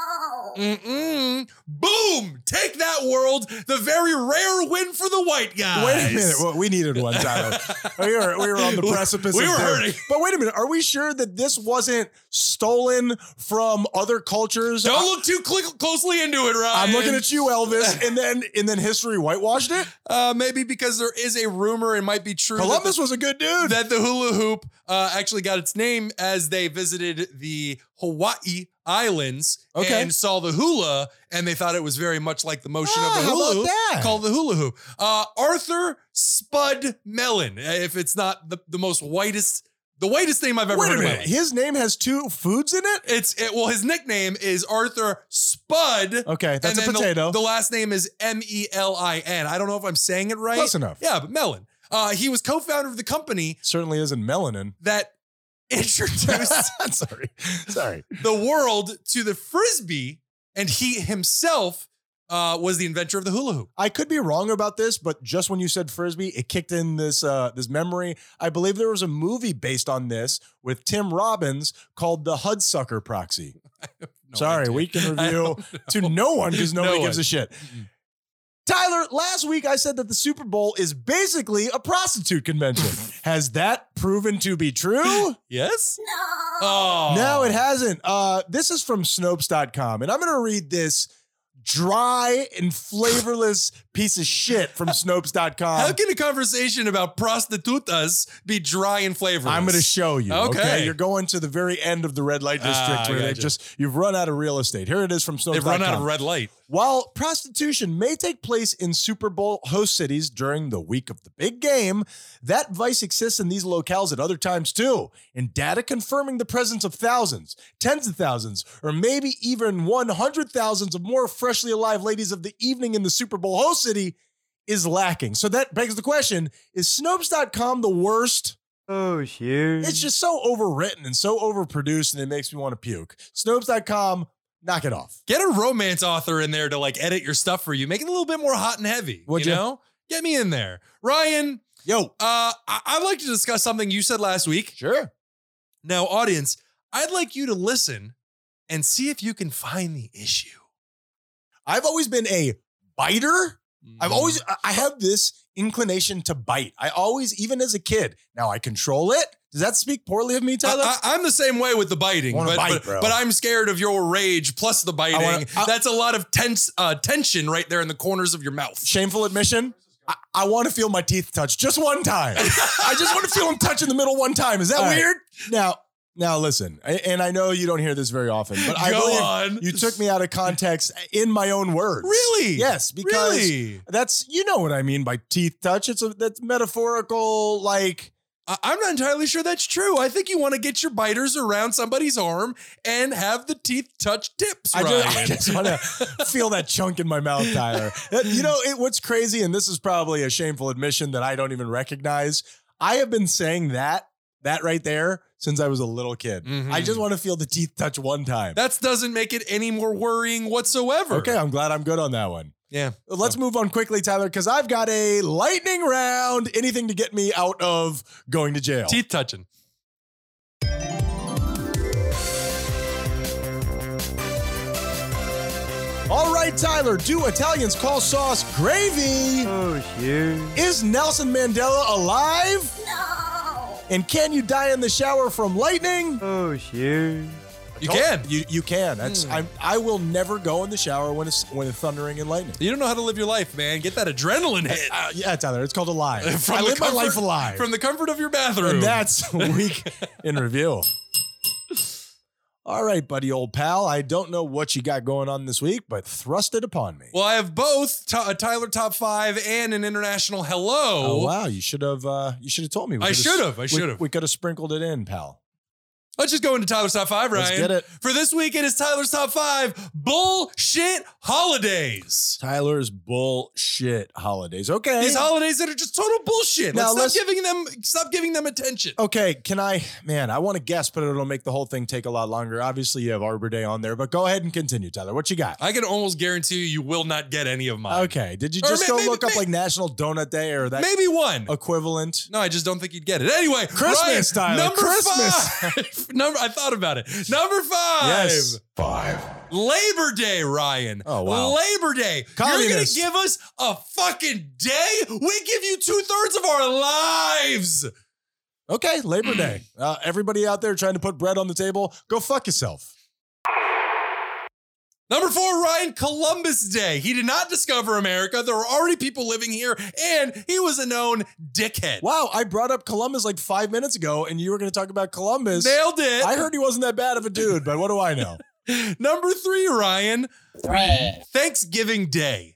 Speaker 2: Mm-mm. Boom! Take that world. The very rare win for the white guys.
Speaker 1: Wait a minute. Well, we needed one, Tyler. we, were, we were on the precipice.
Speaker 2: We
Speaker 1: of
Speaker 2: were
Speaker 1: death.
Speaker 2: hurting.
Speaker 1: But wait a minute. Are we sure that this wasn't stolen from other cultures?
Speaker 2: Don't look too cl- closely into it, Ryan.
Speaker 1: I'm looking at you, Elvis, and then and then history whitewashed it.
Speaker 2: Uh, maybe because there is a rumor it might be true that
Speaker 1: Columbus was a good
Speaker 2: the,
Speaker 1: dude.
Speaker 2: that the hula hoop uh, actually got its name as they visited the Hawaii Islands
Speaker 1: Okay.
Speaker 2: and saw the hula, and they thought it was very much like the motion
Speaker 1: Ah,
Speaker 2: of the
Speaker 1: how
Speaker 2: hula
Speaker 1: about
Speaker 2: hoop.
Speaker 1: that?
Speaker 2: Called the hula hoop. Uh, Arthur Spud Mellon. If it's not the, the most whitest, the whitest name I've ever
Speaker 1: wait a
Speaker 2: heard. in my
Speaker 1: minute.
Speaker 2: life.
Speaker 1: His name has two foods in it.
Speaker 2: It's it, well, his nickname is Arthur Spud.
Speaker 1: Okay, that's a
Speaker 2: the-
Speaker 1: potato.
Speaker 2: The, last name is M E L I N. I don't know if I'm saying it right.
Speaker 1: Close enough.
Speaker 2: Yeah, but Melon. Uh, he was co-founder of the company
Speaker 1: Certainly isn't melanin.
Speaker 2: that introduced
Speaker 1: sorry, sorry.
Speaker 2: the world to the frisbee, and he himself uh, was the inventor of the hula hoop.
Speaker 1: I could be wrong about this, but just when you said frisbee, it kicked in this uh, this memory. I believe there was a movie based on this with Tim Robbins called The Hudsucker Proxy.
Speaker 2: No
Speaker 1: Sorry,
Speaker 2: idea.
Speaker 1: we can
Speaker 2: I
Speaker 1: review
Speaker 2: don't know.
Speaker 1: to no one because
Speaker 2: No
Speaker 1: nobody
Speaker 2: one.
Speaker 1: gives a shit.
Speaker 2: Mm-mm.
Speaker 1: Tyler, last week I said that the Super Bowl is basically a prostitute convention. Has that proven to be true?
Speaker 2: Yes?
Speaker 3: No.
Speaker 2: Oh.
Speaker 1: No, it hasn't. Uh, this is from Snopes.com, and I'm going to read this dry and flavorless piece of shit from Snopes.com.
Speaker 2: How can a conversation about prostitutas be dry and flavorless?
Speaker 1: I'm going to show you. Okay.
Speaker 2: Okay.
Speaker 1: You're going to the very end of the red light district
Speaker 2: Ah,
Speaker 1: where they
Speaker 2: gotcha.
Speaker 1: just, you've run out of real estate. Here it is from Snopes.com.
Speaker 2: They've run out of red light.
Speaker 1: While prostitution may take place in Super Bowl host cities during the week of the big game, that vice exists in these locales at other times too, and data confirming the presence of thousands, tens of thousands, or maybe even 100 thousands of more freshly alive ladies of the evening in the Super Bowl host city is lacking. So that begs the question is Snopes.com the worst?
Speaker 5: Oh, shoot.
Speaker 1: It's just so overwritten and so overproduced, and it makes me want to puke. Snopes.com, knock it off.
Speaker 2: Get a romance author in there to like edit your stuff for you. Make it a little bit more hot and heavy.
Speaker 1: Would
Speaker 2: you
Speaker 1: ya?
Speaker 2: know? Get me in there. Ryan,
Speaker 1: Yo,
Speaker 2: uh, I- I'd like to discuss something you said last week.
Speaker 1: sure.
Speaker 2: Now, audience, I'd like you to listen and see if you can find the issue.
Speaker 1: I've always been a biter. I've always
Speaker 2: Mm.
Speaker 1: I- I have this inclination to bite. I always, even as a kid, now I control it. Does that speak poorly of me, Mm-hmm. Tyler?
Speaker 2: I, I, am the same way with the biting,
Speaker 1: Wanna
Speaker 2: but,
Speaker 1: bite,
Speaker 2: but,
Speaker 1: bro.
Speaker 2: but I'm scared of your rage plus the biting.
Speaker 1: wanna- I-
Speaker 2: That's a lot of tense uh, tension right there in the corners of your mouth.
Speaker 1: Shameful admission. I, I want to feel my teeth touch just one time. I just want to feel them touch in the middle one time. Is that
Speaker 2: All right.
Speaker 1: weird? Now, now listen, I- and I know you don't hear this very often, but I
Speaker 2: Go
Speaker 1: believe
Speaker 2: on.
Speaker 1: you took me out of context in my own words.
Speaker 2: really?
Speaker 1: Yes, because
Speaker 2: really.
Speaker 1: that's you know what I mean by teeth touch. It's a that's metaphorical, like
Speaker 2: I- I'm not entirely sure that's true. I think you want to get your biters around somebody's arm and have the teeth touch tips.
Speaker 1: I
Speaker 2: Ryan.
Speaker 1: just, I just want to feel that chunk in my mouth, Tyler. Uh, You know, it, what's crazy, and this is probably a shameful admission that I don't even recognize. I have been saying that, that right there, since I was a little kid.
Speaker 2: Mhm.
Speaker 1: I just want to feel the teeth touch one time.
Speaker 2: that doesn't make it any more worrying whatsoever.
Speaker 1: Okay, I'm glad I'm good on that one.
Speaker 2: Yeah.
Speaker 1: Let's move on quickly, Tyler, because I've got a lightning round. Anything to get me out of going to jail.
Speaker 2: Teeth touching.
Speaker 1: All right, Tyler, do Italians call sauce gravy?
Speaker 5: Oh, shoot.
Speaker 1: Is Nelson Mandela alive?
Speaker 3: No.
Speaker 1: And can you die in the shower from lightning?
Speaker 5: Oh, shoot.
Speaker 2: You can.
Speaker 1: You you can. That's I'm, I will never go in the shower when it's when it's thundering and lightning.
Speaker 2: You don't know how to live your life, man. Get that adrenaline hit.
Speaker 1: Uh, yeah, Tyler, it's called alive.
Speaker 2: From
Speaker 1: I
Speaker 2: the
Speaker 1: live my
Speaker 2: comfort-
Speaker 1: life alive.
Speaker 2: From the comfort of your bathroom.
Speaker 1: and that's week in review. All right, buddy, old pal. I don't know what you got going on this week, but thrust it upon me.
Speaker 2: well, I have both t- a Tyler top five and an international
Speaker 1: oh
Speaker 2: hello.
Speaker 1: wow, you should have uh, you should have told me. We
Speaker 2: I
Speaker 1: could've-
Speaker 2: should have. I
Speaker 1: we-
Speaker 2: should have.
Speaker 1: We could have sprinkled it in, pal.
Speaker 2: Let's just go into Tyler's top five, Ryan.
Speaker 1: Let's get it.
Speaker 2: For this week, it is Tyler's top five bullshit holidays.
Speaker 1: Tyler's bullshit holidays. Okay.
Speaker 2: These holidays that are just total bullshit.
Speaker 1: Now,
Speaker 2: Let's stop
Speaker 1: let's- Oh.
Speaker 2: giving them stop giving them attention.
Speaker 1: Okay, can I, man, I want to guess, but it'll make the whole thing take a lot longer. Obviously, you have Arbor Day on there, but go ahead and continue, Tyler. What you got?
Speaker 2: I can almost guarantee you, you will not get any of mine.
Speaker 1: Okay, did you
Speaker 2: Or
Speaker 1: just
Speaker 2: may-
Speaker 1: go
Speaker 2: maybe-
Speaker 1: look up
Speaker 2: may-
Speaker 1: like National Donut Day or that
Speaker 2: Maybe one.
Speaker 1: equivalent?
Speaker 2: No, I just don't think you'd get it. Anyway,
Speaker 1: Christmas, Tyler,
Speaker 2: Ryan, Number
Speaker 1: Christmas.
Speaker 2: five. number. I thought about it. Number five.
Speaker 1: Yes.
Speaker 2: Labor Day, Ryan.
Speaker 1: Oh, wow.
Speaker 2: Labor Day. You're gonna
Speaker 1: Communist.
Speaker 2: give us a fucking day? We give you two thirds of our lives.
Speaker 1: Okay, Labor Day. Uh, everybody out there trying to put bread on the table, go fuck yourself.
Speaker 2: Number four, Ryan Columbus Day. He did not discover America. There were already people living here, and he was a known dickhead.
Speaker 1: Wow, I brought up Columbus like five minutes ago, and you were going to talk about Columbus.
Speaker 2: Nailed it.
Speaker 1: I heard he wasn't that bad of a dude, but what do I know?
Speaker 2: Number three, Ryan.
Speaker 3: Three.
Speaker 2: Thanksgiving Day.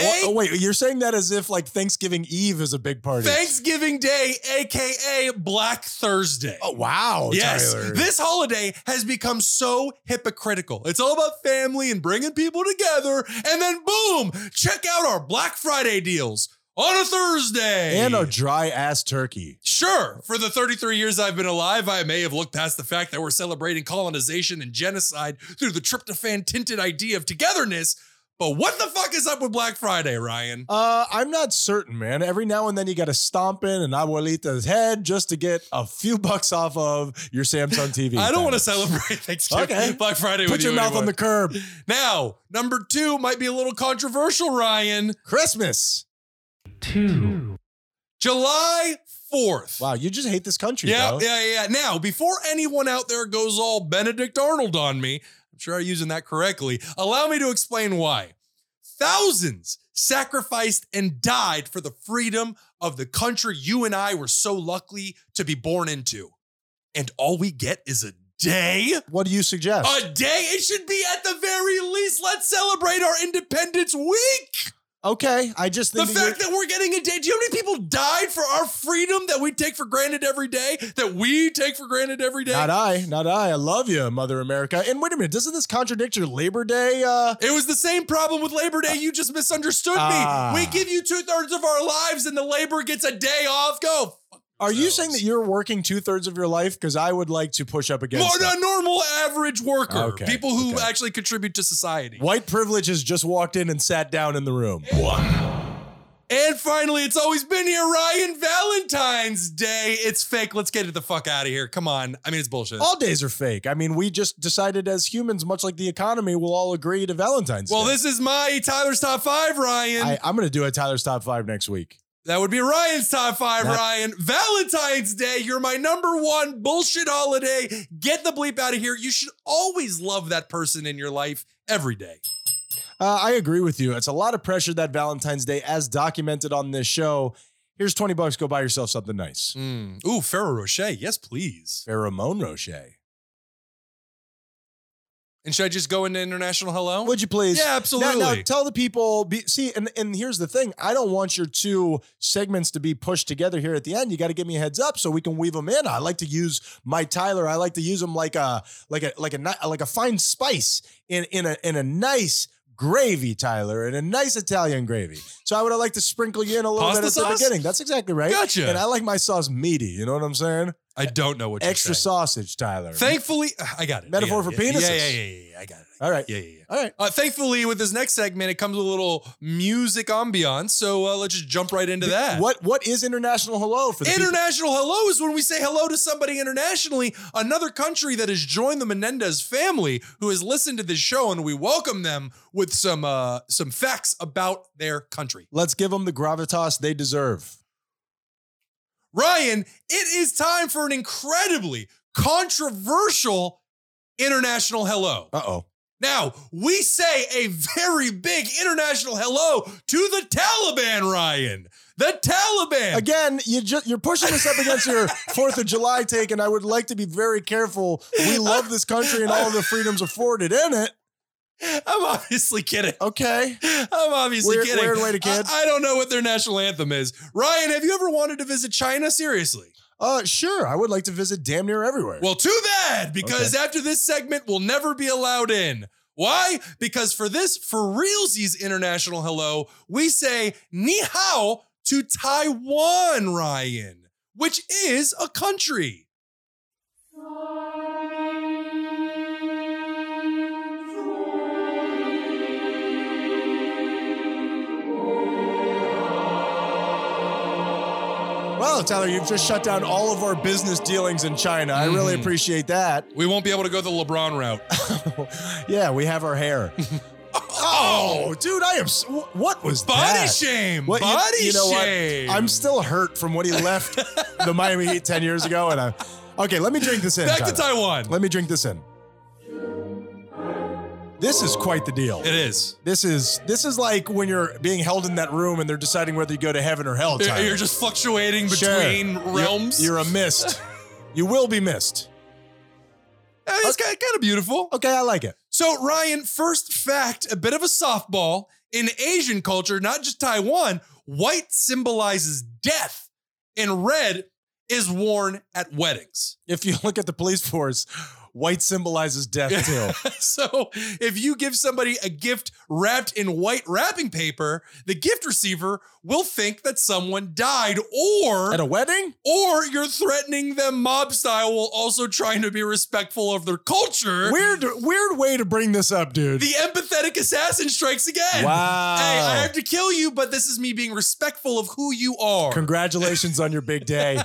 Speaker 1: Oh,
Speaker 2: Hey.
Speaker 1: oh, wait, you're saying that as if like Thanksgiving Eve is a big party.
Speaker 2: Thanksgiving Day, aka Black Thursday.
Speaker 1: oh, wow,
Speaker 2: yes.
Speaker 1: Tyler.
Speaker 2: This holiday has become so hypocritical. It's all about family and bringing people together, and then boom, check out our Black Friday deals on a Thursday.
Speaker 1: and a dry ass turkey.
Speaker 2: Sure, for the 33 years I've been alive, I may have looked past the fact that we're celebrating colonization and genocide through the tryptophan tinted idea of togetherness, But what the fuck is up with Black Friday, Ryan?
Speaker 1: Uh, I'm not certain, man. Every now and then you got to stomp in an abuelita's head just to get a few bucks off of your Samsung TV.
Speaker 2: I don't want to
Speaker 1: thing.
Speaker 2: celebrate Thanksgiving.
Speaker 1: Okay.
Speaker 2: Black Friday
Speaker 1: Put
Speaker 2: with
Speaker 1: your
Speaker 2: you
Speaker 1: mouth
Speaker 2: anymore.
Speaker 1: on the curb.
Speaker 2: Now, number two might be a little controversial, Ryan.
Speaker 1: Christmas.
Speaker 2: July 4th.
Speaker 1: Wow, you just hate this country,
Speaker 2: Yeah,
Speaker 1: bro.
Speaker 2: yeah, yeah. Now, before anyone out there goes all Benedict Arnold on me, I'm sure I'm using that correctly. Allow me to explain why. Thousands sacrificed and died for the freedom of the country you and I were so lucky to be born into. And all we get is a day?
Speaker 1: What do you suggest?
Speaker 2: A day? It should be at the very least. Let's celebrate our Independence Week.
Speaker 1: okay, I just
Speaker 2: The
Speaker 1: think that
Speaker 2: fact that we're getting a day. Do you know how many people died for our freedom that we take for granted every day? That we take for granted every day?
Speaker 1: you're- not I, not I. I love you, Mother America. And wait a minute, doesn't this contradict your Labor Day? Uh,
Speaker 2: It was the same problem with Labor Day. You just misunderstood
Speaker 1: Ah.
Speaker 2: me. We give you two thirds of our lives, and the labor gets a day off. Go.
Speaker 1: are you
Speaker 2: Those.
Speaker 1: saying that you're working two thirds of your life? Because I would like to push up against
Speaker 2: More
Speaker 1: that.
Speaker 2: than a normal average worker.
Speaker 1: Okay,
Speaker 2: People who
Speaker 1: okay.
Speaker 2: actually contribute to society.
Speaker 1: White privilege has just walked in and sat down in the room.
Speaker 2: And finally, it's always been here, Ryan. Valentine's Day. It's fake. Let's get it the fuck out of here. Come on. I mean, it's bullshit.
Speaker 1: All days are fake. I mean, we just decided as humans, much like the economy, we'll all agree to Valentine's
Speaker 2: well,
Speaker 1: Day.
Speaker 2: this is my Tyler's top five, Ryan.
Speaker 1: I, I'm going to do a Tyler's Top 5 next week.
Speaker 2: That would be Ryan's top five,
Speaker 1: That-
Speaker 2: Ryan. Valentine's Day, you're my number one bullshit holiday. Get the bleep out of here. You should always love that person in your life every day.
Speaker 1: Uh, I agree with you. It's a lot of pressure that Valentine's Day, as documented on this show. Here's 20 bucks. Go buy yourself something nice.
Speaker 2: Ooh, Ferrero Rocher. Yes, please.
Speaker 1: Pheromone Rocher.
Speaker 2: And should I just go into international hello?
Speaker 1: Would you please?
Speaker 2: yeah, absolutely.
Speaker 1: Now, now tell the people. Be, see, and, and here's the thing. I don't want your two segments to be pushed together here at the end. You got to give me a heads up so we can weave them in. I like to use my Tyler. I like to use them like a like a like a ni- like a fine spice in in a in a nice gravy, Tyler, in a nice Italian gravy. So I would like to sprinkle you in a little
Speaker 2: Pasta
Speaker 1: bit at
Speaker 2: sauce?
Speaker 1: the beginning. That's exactly right.
Speaker 2: Gotcha.
Speaker 1: And I like my sauce meaty. You know what I'm saying?
Speaker 2: I don't know what you're
Speaker 1: Extra
Speaker 2: saying.
Speaker 1: sausage, Tyler.
Speaker 2: Thankfully, I got it.
Speaker 1: Metaphor
Speaker 2: Yeah,
Speaker 1: for
Speaker 2: yeah,
Speaker 1: penises.
Speaker 2: Yeah, yeah, yeah, yeah, yeah. I got it.
Speaker 1: All right.
Speaker 2: Yeah, yeah, yeah.
Speaker 1: All right.
Speaker 2: Uh, thankfully, with this next segment, it comes with a little music ambiance. So uh, let's just jump right into that.
Speaker 1: What what is international hello for the people-
Speaker 2: International hello is when we say hello to somebody internationally, another country that has joined the Menendez family, who has listened to this show, and we welcome them with some uh, some facts about their country.
Speaker 1: Let's give them the gravitas they deserve.
Speaker 2: Ryan, it is time for an incredibly controversial international hello.
Speaker 1: Uh oh.
Speaker 2: Now we say a very big international hello to the Taliban, Ryan. The Taliban.
Speaker 1: Again, you just you're pushing this up against your Fourth of July take, and I would like to be very careful. We love this country and all the freedoms afforded in it.
Speaker 2: I'm obviously kidding.
Speaker 1: Okay.
Speaker 2: I'm obviously
Speaker 1: Weird-
Speaker 2: kidding.
Speaker 1: weird way to kid.
Speaker 2: I, I don't know what their national anthem is. Ryan, have you ever wanted to visit China? Seriously.
Speaker 1: Uh, sure. I would like to visit damn near everywhere.
Speaker 2: Well, too bad, because after this segment, we'll never be allowed in. Why? Because for this, for realsies international hello, we say ni hao to Taiwan, Ryan, which is a country.
Speaker 1: well, Tyler, you've just shut down all of our business dealings in China. I really
Speaker 2: Mhm.
Speaker 1: appreciate that.
Speaker 2: We won't be able to go the LeBron route.
Speaker 1: yeah, we have our hair. oh, dude, I am. s- wh- What was
Speaker 2: Body
Speaker 1: that?
Speaker 2: shame.
Speaker 1: What- you-
Speaker 2: body
Speaker 1: you know what?
Speaker 2: shame.
Speaker 1: I'm still hurt from when he left the Miami Heat 10 years ago. And I, okay, let me drink this in.
Speaker 2: back to
Speaker 1: Tyler.
Speaker 2: Taiwan.
Speaker 1: Let me drink this in. This is quite the deal.
Speaker 2: it is.
Speaker 1: This is this is like when you're being held in that room and they're deciding whether you go to heaven or hell.
Speaker 2: You're,
Speaker 1: Tyler.
Speaker 2: you're just fluctuating
Speaker 1: Sure.
Speaker 2: between
Speaker 1: You're-
Speaker 2: realms.
Speaker 1: You're, a mist. you will be missed.
Speaker 2: Uh, it's kind of beautiful.
Speaker 1: Okay, I like it.
Speaker 2: So, Ryan, first fact a bit of a softball. In Asian culture, not just Taiwan, white symbolizes death, and red is worn at weddings.
Speaker 1: If you look at the police force, white symbolizes death too.
Speaker 2: so if you give somebody a gift wrapped in white wrapping paper, the gift receiver will think that someone died or
Speaker 1: At a wedding?
Speaker 2: or you're threatening them mob style while also trying to be respectful of their culture.
Speaker 1: Weird, weird way to bring this up, dude.
Speaker 2: the empathetic assassin strikes again.
Speaker 1: wow.
Speaker 2: Hey, I have to kill you, but this is me being respectful of who you are.
Speaker 1: Congratulations on your big day.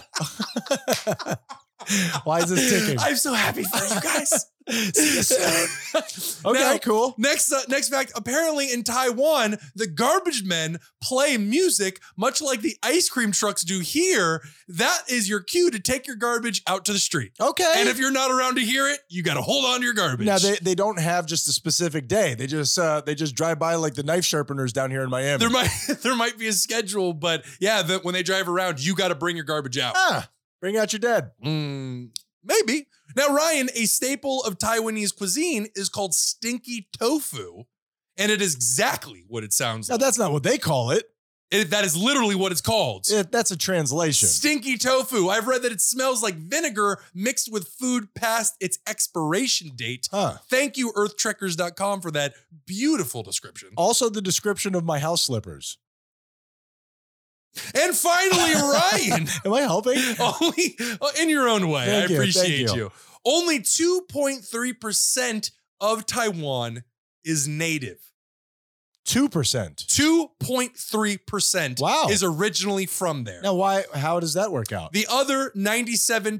Speaker 1: Why is this ticking?
Speaker 2: I'm so happy for you guys. See you soon.
Speaker 1: Okay,
Speaker 2: Now,
Speaker 1: cool.
Speaker 2: Next, uh, next fact. Apparently, in Taiwan, the garbage men play music much like the ice cream trucks do here. That is your cue to take your garbage out to the street.
Speaker 1: Okay.
Speaker 2: And if you're not around to hear it, you got to hold on to your garbage.
Speaker 1: now they, they don't have just a specific day. They just uh, they just drive by like the knife sharpeners down here in Miami.
Speaker 2: there might there might be a schedule, but yeah, that when they drive around, you got to bring your garbage out.
Speaker 1: ah, bring out your dead.
Speaker 2: Mm, maybe. Now, Ryan, a staple of Taiwanese cuisine is called stinky tofu, and it is exactly what it sounds
Speaker 1: Now
Speaker 2: like.
Speaker 1: that's not what they call it.
Speaker 2: It- that is literally what it's called.
Speaker 1: It- that's a translation.
Speaker 2: Stinky tofu. I've read that it smells like vinegar mixed with food past its expiration date.
Speaker 1: Huh.
Speaker 2: Thank you, earthtrekkers.com, for that beautiful description.
Speaker 1: Also, the description of my house slippers.
Speaker 2: And finally, Ryan.
Speaker 1: Am I helping?
Speaker 2: only oh, in your own way.
Speaker 1: Thank
Speaker 2: I
Speaker 1: you, thank
Speaker 2: appreciate
Speaker 1: you.
Speaker 2: you. Only 2.3% of Taiwan is native.
Speaker 1: Two percent.
Speaker 2: 2.3%
Speaker 1: Wow.
Speaker 2: is originally from there.
Speaker 1: Now, why? How does that work out?
Speaker 2: The other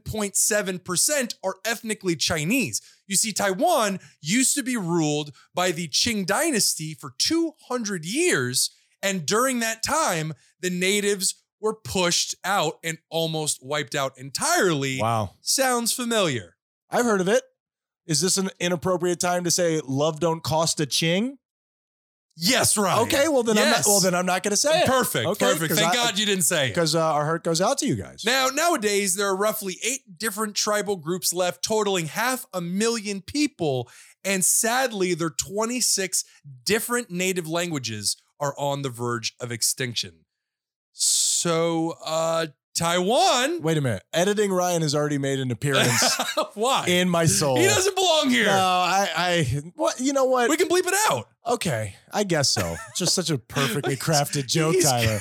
Speaker 2: 97.7% are ethnically Chinese. You see, Taiwan used to be ruled by the Qing dynasty for 200 years. And during that time, the natives were pushed out and almost wiped out entirely.
Speaker 1: Wow,
Speaker 2: Sounds familiar.
Speaker 1: I've heard of it. Is this an inappropriate time to say love don't cost a ching?
Speaker 2: Yes, Ryan.
Speaker 1: Okay, well then I'm not,
Speaker 2: Oh, Yes.
Speaker 1: well then I'm not going to say it
Speaker 2: perfect.
Speaker 1: Okay,
Speaker 2: perfect.
Speaker 1: 'cause
Speaker 2: Thank
Speaker 1: I-
Speaker 2: God you didn't say it.
Speaker 1: because uh, our heart goes out to you guys.
Speaker 2: Now, nowadays, there are roughly eight different tribal groups left, totaling half a million people. And sadly, their 26 different native languages are on the verge of extinction. So, uh, Taiwan,
Speaker 1: Wait a minute. Editing Ryan has already made an appearance
Speaker 2: why?
Speaker 1: in my soul.
Speaker 2: he doesn't belong here.
Speaker 1: No, I, I, what? You know what?
Speaker 2: we can bleep it out.
Speaker 1: okay, I guess so. Just such a perfectly crafted joke,
Speaker 2: He's-
Speaker 1: Tyler.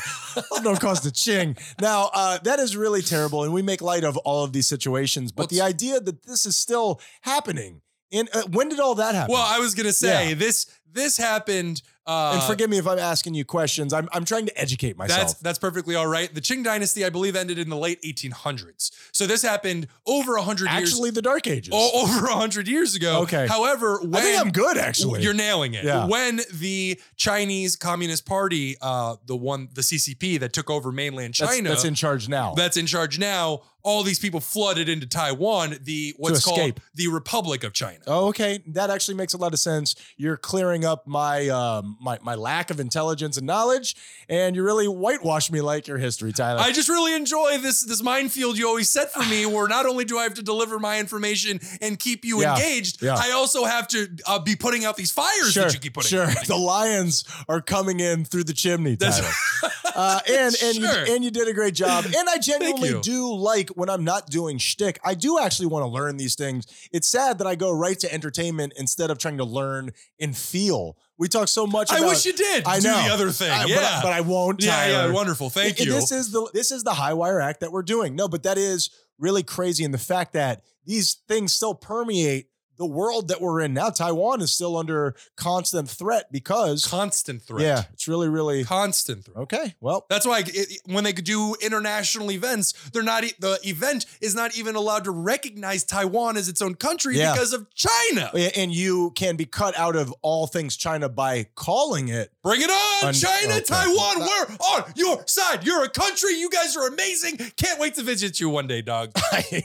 Speaker 1: Love don't cost a ching. Now, uh, that is really terrible, and we make light of all of these situations. But the
Speaker 2: What's-
Speaker 1: idea that this is still happening, and uh, when did all that happen?
Speaker 2: Well, I was gonna say this. This happened. Uh,
Speaker 1: and forgive me if I'm asking you questions. I'm, I'm trying to educate myself.
Speaker 2: That's that's perfectly all right. The Qing dynasty, I believe, ended in the late 1800s. So this happened over 100 years,
Speaker 1: actually the Dark Ages.
Speaker 2: o- over 100 years ago.
Speaker 1: Okay.
Speaker 2: However,
Speaker 1: I think I'm
Speaker 2: when
Speaker 1: good, actually.
Speaker 2: you're nailing it,
Speaker 1: Yeah.
Speaker 2: when the Chinese Communist Party, uh, the one, the CCP that took over mainland
Speaker 1: that's,
Speaker 2: China,
Speaker 1: that's in charge now.
Speaker 2: that's in charge now. All these people flooded into Taiwan, the what's called
Speaker 1: escape.
Speaker 2: the Republic of China.
Speaker 1: Oh, okay. That actually makes a lot of sense. You're clearing up my um, my my lack of intelligence and knowledge, and you really whitewash me like your history, Tyler.
Speaker 2: I just really enjoy this this minefield you always set for me, where not only do I have to deliver my information and keep you
Speaker 1: Yeah,
Speaker 2: engaged,
Speaker 1: yeah.
Speaker 2: I also have to uh, be putting out these fires that you keep putting.
Speaker 1: sure.
Speaker 2: out.
Speaker 1: The lions are coming in through the chimney,
Speaker 2: That's-
Speaker 1: Tyler. uh, and and
Speaker 2: Sure.
Speaker 1: you, and you did a great job. And I genuinely
Speaker 2: you.
Speaker 1: do like when I'm not doing shtick. I do actually want to learn these things. It's sad that I go right to entertainment instead of trying to learn and feel. We talk so much.
Speaker 2: I
Speaker 1: about,
Speaker 2: wish you did
Speaker 1: I
Speaker 2: do
Speaker 1: know.
Speaker 2: the other thing.
Speaker 1: I- but I-
Speaker 2: yeah,
Speaker 1: but, I won't.
Speaker 2: yeah, yeah.
Speaker 1: Tyler.
Speaker 2: Wonderful. Thank
Speaker 1: I-
Speaker 2: you.
Speaker 1: This is the this is the high wire act that we're doing. No, but that is really crazy, and the fact that these things still permeate the world that we're in now. Taiwan is still under constant threat because
Speaker 2: constant threat.
Speaker 1: yeah, it's really really
Speaker 2: constant threat.
Speaker 1: okay. Well,
Speaker 2: That's why it, when they do international events, they're not e- the event is not even allowed to recognize Taiwan as its own country
Speaker 1: Yeah.
Speaker 2: because of China.
Speaker 1: and you can be cut out of all things China by calling it
Speaker 2: Bring it on,
Speaker 1: Un-
Speaker 2: China,
Speaker 1: okay.
Speaker 2: Taiwan. We're on your side. You're a country. You guys are amazing. Can't wait to visit you one day, dog.
Speaker 1: I,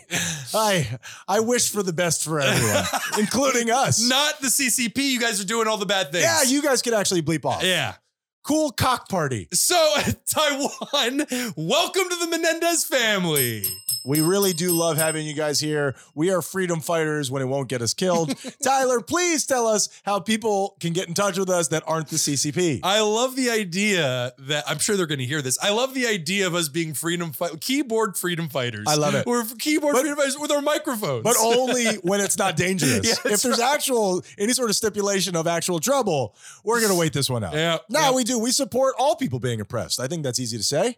Speaker 1: I, I wish for the best for everyone, including us.
Speaker 2: Not the CCP. You guys are doing all the bad things.
Speaker 1: yeah, you guys could actually bleep off.
Speaker 2: Yeah.
Speaker 1: Cool cock party.
Speaker 2: So, Taiwan, welcome to the Menendez family.
Speaker 1: We really do love having you guys here. We are freedom fighters when it won't get us killed. Tyler, please tell us how people can get in touch with us that aren't the CCP.
Speaker 2: I love the idea that I'm sure they're going to hear this. I love the idea of us being freedom fi- keyboard freedom fighters.
Speaker 1: I love it.
Speaker 2: We're keyboard
Speaker 1: But-
Speaker 2: freedom fighters with our microphones.
Speaker 1: but only when it's not dangerous.
Speaker 2: Yeah,
Speaker 1: if
Speaker 2: that's
Speaker 1: there's actual any sort of stipulation of actual trouble, we're gonna wait this one out.
Speaker 2: yeah,
Speaker 1: No,
Speaker 2: yeah.
Speaker 1: we do. We support all people being oppressed. I think that's easy to say.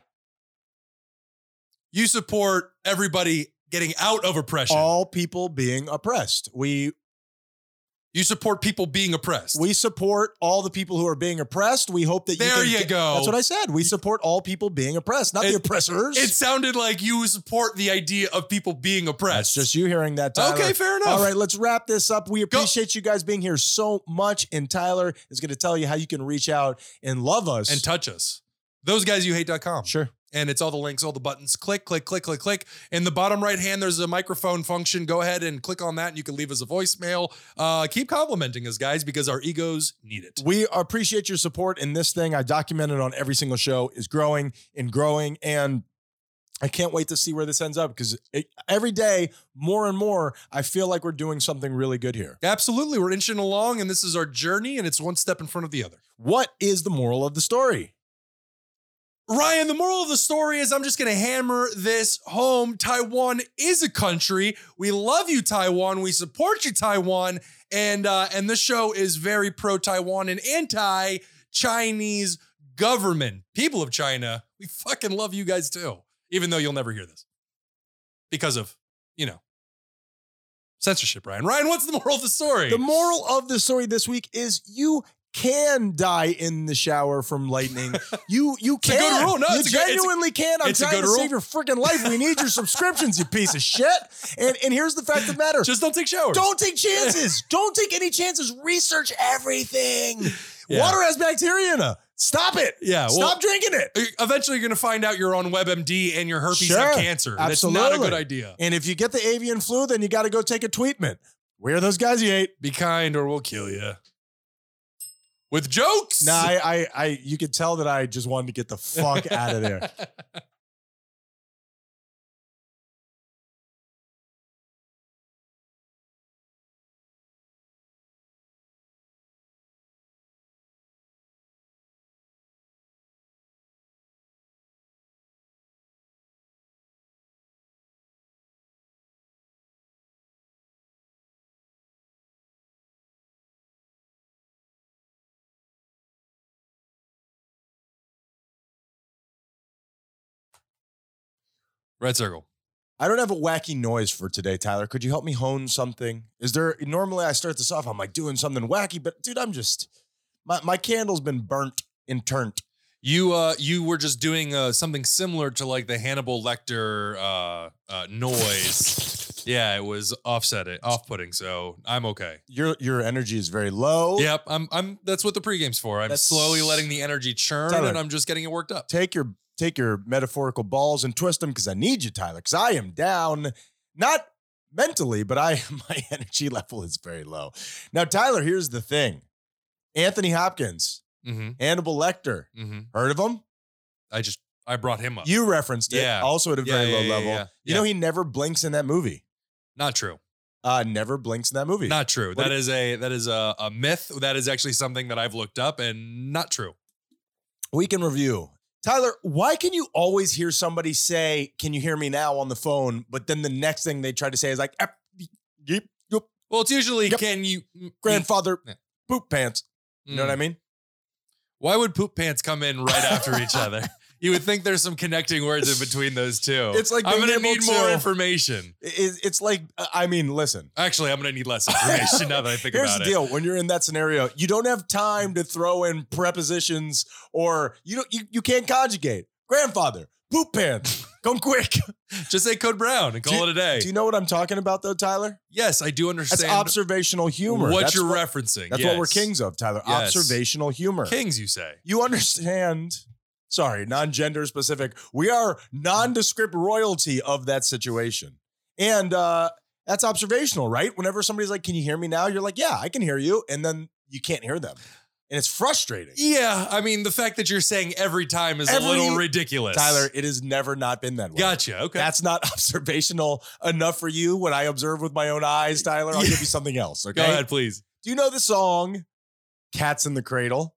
Speaker 2: you support everybody getting out of oppression.
Speaker 1: All people being oppressed. We
Speaker 2: you support people being oppressed.
Speaker 1: we support all the people who are being oppressed. We hope that
Speaker 2: There
Speaker 1: you can
Speaker 2: you
Speaker 1: get-
Speaker 2: go.
Speaker 1: That's what I said. We support all people being oppressed, not the
Speaker 2: It-
Speaker 1: oppressors.
Speaker 2: it sounded like you support the idea of people being
Speaker 1: that's
Speaker 2: oppressed.
Speaker 1: just you hearing that. Tyler.
Speaker 2: okay, fair enough.
Speaker 1: All right, let's wrap this up. We appreciate you guys being here so much, and Tyler is going to tell you how you can reach out and love us.
Speaker 2: and touch us. Those guys you hate.com.
Speaker 1: sure.
Speaker 2: And it's all the links, all the buttons. Click, click, click, click, click. In the bottom right hand, there's a microphone function. Go ahead and click on that, and you can leave us a voicemail. Uh, keep complimenting us, guys, because our egos need it.
Speaker 1: We appreciate your support in this thing. I documented on every single show is growing and growing, and I can't wait to see where this ends up because every day, more and more, I feel like we're doing something really good here.
Speaker 2: Absolutely. We're inching along, and this is our journey, and it's one step in front of the other.
Speaker 1: What is the moral of the story?
Speaker 2: Ryan, the moral of the story is I'm just going to hammer this home. Taiwan is a country. We love you, Taiwan. We support you, Taiwan. And uh, and this show is very pro Taiwan and anti Chinese government. People of China, we fucking love you guys too, even though you'll never hear this because of, you know, censorship, Ryan. Ryan, what's the moral of the story?
Speaker 1: The moral of the story this week is you can die in the shower from lightning. You you
Speaker 2: a
Speaker 1: can.
Speaker 2: good rule. No,
Speaker 1: you
Speaker 2: it's a good- it's a-
Speaker 1: genuinely can. I'm
Speaker 2: it's a
Speaker 1: trying
Speaker 2: good
Speaker 1: to
Speaker 2: rule.
Speaker 1: save your freaking life. We need your subscriptions, you piece of shit. And and here's the fact of the matter.
Speaker 2: Just don't take showers.
Speaker 1: Don't take chances. Don't take any chances. Research everything.
Speaker 2: Yeah.
Speaker 1: Water has bacteria in it. Stop it.
Speaker 2: Yeah, well-
Speaker 1: Stop drinking it.
Speaker 2: Eventually, you're going to find out you're on WebMD and your herpes
Speaker 1: Sure,
Speaker 2: have cancer. That's not
Speaker 1: absolutely.
Speaker 2: a good idea.
Speaker 1: And if you get the avian flu, then you got to go take a tweetment. Where are those guys you ate?
Speaker 2: Be kind or we'll kill you. With jokes.
Speaker 1: Nah, I, I, I, you could tell that I just wanted to get the fuck out of there.
Speaker 2: Red circle.
Speaker 1: I don't have a wacky noise for today, Tyler. Could you help me hone something? Is there normally I start this off, I'm like doing something wacky, but dude, I'm just my, my candle's been burnt and turned.
Speaker 2: You uh you were just doing uh something similar to like the Hannibal Lecter uh uh noise. Yeah, it was offset it off putting, so I'm okay.
Speaker 1: Your your energy is very low.
Speaker 2: Yep, I'm I'm that's what the pregame's for. I'm
Speaker 1: Oh. That's-
Speaker 2: slowly letting the energy churn
Speaker 1: Tyler.
Speaker 2: and I'm just getting it worked up.
Speaker 1: Take your take your metaphorical balls and twist them because I need you, Tyler. Because I am down, not mentally, but I my energy level is very low. Now, Tyler, here's the thing: Anthony Hopkins,
Speaker 2: hmm
Speaker 1: Hannibal Lecter,
Speaker 2: hmm
Speaker 1: heard of him?
Speaker 2: I just I brought him up.
Speaker 1: You referenced it,
Speaker 2: Yeah.
Speaker 1: also at a
Speaker 2: Yeah,
Speaker 1: very
Speaker 2: yeah,
Speaker 1: low
Speaker 2: yeah,
Speaker 1: level.
Speaker 2: yeah,
Speaker 1: You
Speaker 2: yeah.
Speaker 1: know, he never blinks in that movie.
Speaker 2: Not true.
Speaker 1: uh, never blinks in that movie.
Speaker 2: Not true.
Speaker 1: What
Speaker 2: That
Speaker 1: do-
Speaker 2: is a that is a, a myth. That is actually something that I've looked up and not true.
Speaker 1: we can review. Tyler, why can you always hear somebody say, Can you hear me now on the phone? But then the next thing they try to say is like, "Eh, "Ep, yeep, yup,
Speaker 2: Well, it's usually
Speaker 1: Yep.
Speaker 2: can you mm,
Speaker 1: Grandfather,
Speaker 2: Yeah.
Speaker 1: poop pants. You know what I
Speaker 2: mm.
Speaker 1: mean?
Speaker 2: Why would poop pants come in right after each other? You would think there's some connecting words in between those two.
Speaker 1: It's like
Speaker 2: I'm
Speaker 1: being
Speaker 2: gonna
Speaker 1: able
Speaker 2: need
Speaker 1: to-
Speaker 2: more information.
Speaker 1: I- i- It's like, I mean, listen.
Speaker 2: Actually, I'm gonna need less information now that I think
Speaker 1: Here's
Speaker 2: about
Speaker 1: the
Speaker 2: it.
Speaker 1: deal: when you're in that scenario, you don't have time to throw in prepositions, or you don't, you, you can't conjugate. Grandfather, poop pants, come quick.
Speaker 2: Just say code brown and call it a day.
Speaker 1: Do you know what I'm talking about, though, Tyler?
Speaker 2: yes, I do understand
Speaker 1: That's observational humor.
Speaker 2: what
Speaker 1: That's
Speaker 2: you're
Speaker 1: what-
Speaker 2: referencing.
Speaker 1: That's what we're
Speaker 2: Yes.
Speaker 1: kings of, Tyler.
Speaker 2: Yes.
Speaker 1: Observational humor.
Speaker 2: Kings, you say.
Speaker 1: You understand. Sorry, non gender specific. We are nondescript royalty of that situation. And uh, that's observational, right? Whenever somebody's like, Can you hear me now? You're like, Yeah, I can hear you. And then you can't hear them. and it's frustrating.
Speaker 2: Yeah, I mean the fact that you're saying every time is
Speaker 1: Every-
Speaker 2: a little ridiculous.
Speaker 1: Tyler, it has never not been that way.
Speaker 2: gotcha. Okay.
Speaker 1: That's not observational enough for you. When I observe with my own eyes, Tyler, I'll give you something else. Okay.
Speaker 2: Go ahead, please.
Speaker 1: Do you know the song Cats in the Cradle?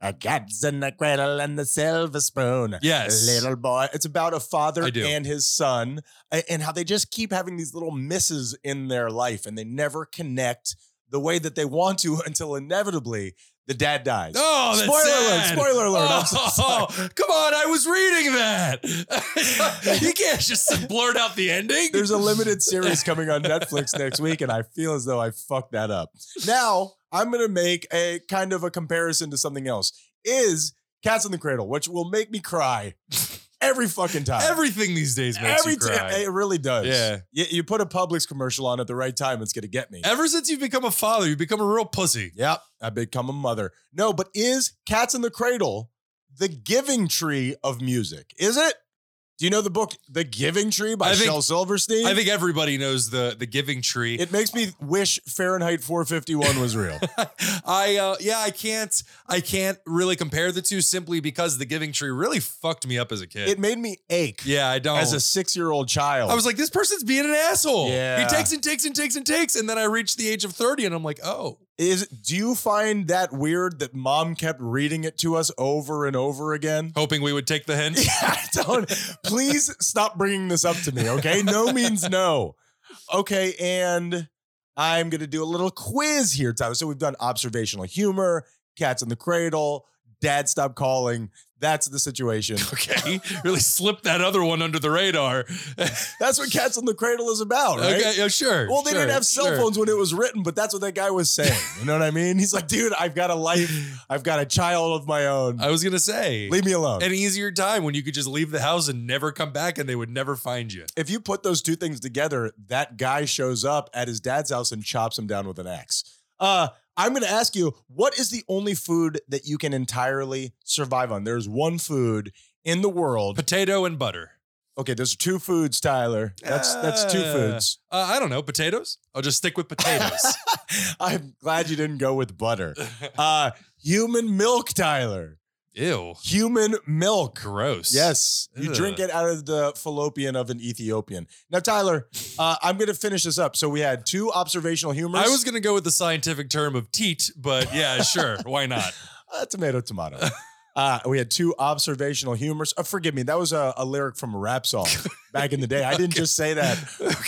Speaker 1: A cat's in the cradle and the silver spoon.
Speaker 2: Yes.
Speaker 1: Little boy. It's about a father
Speaker 2: I do.
Speaker 1: and his son a- and how they just keep having these little misses in their life and they never connect the way that they want to until inevitably the dad dies.
Speaker 2: Oh, that's
Speaker 1: spoiler
Speaker 2: sad.
Speaker 1: alert. Spoiler alert. I'm so sorry.
Speaker 2: Oh, come on, I was reading that. you can't just blurt out the ending.
Speaker 1: There's a limited series coming on Netflix next week, and I feel as though I fucked that up. Now I'm gonna make a kind of a comparison to something else. Is Cats in the Cradle, which will make me cry every fucking time.
Speaker 2: everything these days makes
Speaker 1: Every
Speaker 2: you
Speaker 1: ti-
Speaker 2: cry.
Speaker 1: it really does.
Speaker 2: Yeah.
Speaker 1: You, you put a Publix commercial on at the right time, it's gonna get me.
Speaker 2: Ever since you've become a father, you've become a real pussy.
Speaker 1: Yep, I become a mother. No, but is Cats in the Cradle the giving tree of music? Is it? Do you know the book The Giving Tree by
Speaker 2: I think-
Speaker 1: Shel Silverstein?
Speaker 2: I think everybody knows the the giving tree.
Speaker 1: It makes me wish Fahrenheit 451 was real.
Speaker 2: I uh, yeah, I can't I can't really compare the two simply because the giving tree really fucked me up as a kid.
Speaker 1: it made me ache
Speaker 2: yeah, I don't.
Speaker 1: as a six year old child.
Speaker 2: I was like, this person's being an asshole.
Speaker 1: Yeah.
Speaker 2: He takes and takes and takes and takes. And then I reached the age of 30 and I'm like, oh.
Speaker 1: Is do you find that weird that mom kept reading it to us over and over again?
Speaker 2: Hoping we would take the hint.
Speaker 1: Yeah, I don't. Please stop bringing this up to me, okay? No means no. Okay, and I'm going to do a little quiz here, Tyler. So we've done observational humor, cats in the cradle, dad stop calling. That's the situation.
Speaker 2: Okay. really slipped that other one under the radar.
Speaker 1: That's what cats in the cradle is about, right?
Speaker 2: Okay. Yeah, sure.
Speaker 1: Well, they
Speaker 2: sure,
Speaker 1: didn't have cell
Speaker 2: sure.
Speaker 1: phones when it was written, but that's what that guy was saying. You know what I mean? He's like, dude, I've got a life. I've got a child of my own.
Speaker 2: I was going to say.
Speaker 1: Leave me alone.
Speaker 2: an easier time when you could just leave the house and never come back and they would never find you.
Speaker 1: if you put those two things together, that guy shows up at his dad's house and chops him down with an axe. Uh, I'm going to ask you, what is the only food that you can entirely survive on? There's one food in the world.
Speaker 2: Potato and butter.
Speaker 1: Okay, there's two foods, Tyler. That's that's two
Speaker 2: Uh,
Speaker 1: foods.
Speaker 2: Uh, I don't know. Potatoes? I'll just stick with potatoes.
Speaker 1: I'm glad you didn't go with butter. Uh, human milk, Tyler.
Speaker 2: Ew.
Speaker 1: Human milk.
Speaker 2: Gross.
Speaker 1: Yes, you
Speaker 2: Ugh.
Speaker 1: drink it out of the fallopian of an Ethiopian. Now, Tyler, uh, I'm going to finish this up. So we had two observational humors.
Speaker 2: I was going to go with the scientific term of teat, but yeah, sure. Why not?
Speaker 1: uh, tomato, tomato. Uh, we had two observational humors. Uh, forgive me, that was a, a lyric from a rap song back in the day. I didn't just say that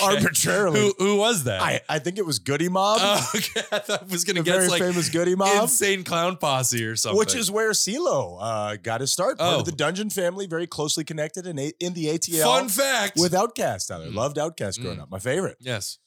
Speaker 1: arbitrarily.
Speaker 2: Who, who was that?
Speaker 1: I, I think it was Goody Mob,
Speaker 2: Oh, okay. I thought I was going
Speaker 1: the
Speaker 2: to
Speaker 1: very
Speaker 2: guess like
Speaker 1: famous Goody Mob,
Speaker 2: insane clown posse or something.
Speaker 1: which is where CeeLo uh, got his start. Part
Speaker 2: Oh.
Speaker 1: of the Dungeon family, very closely connected in, a- in the ATL
Speaker 2: fun fact.
Speaker 1: with Outcast. Tyler
Speaker 2: Mm.
Speaker 1: loved Outcast growing
Speaker 2: Mm.
Speaker 1: up, my favorite.
Speaker 2: yes.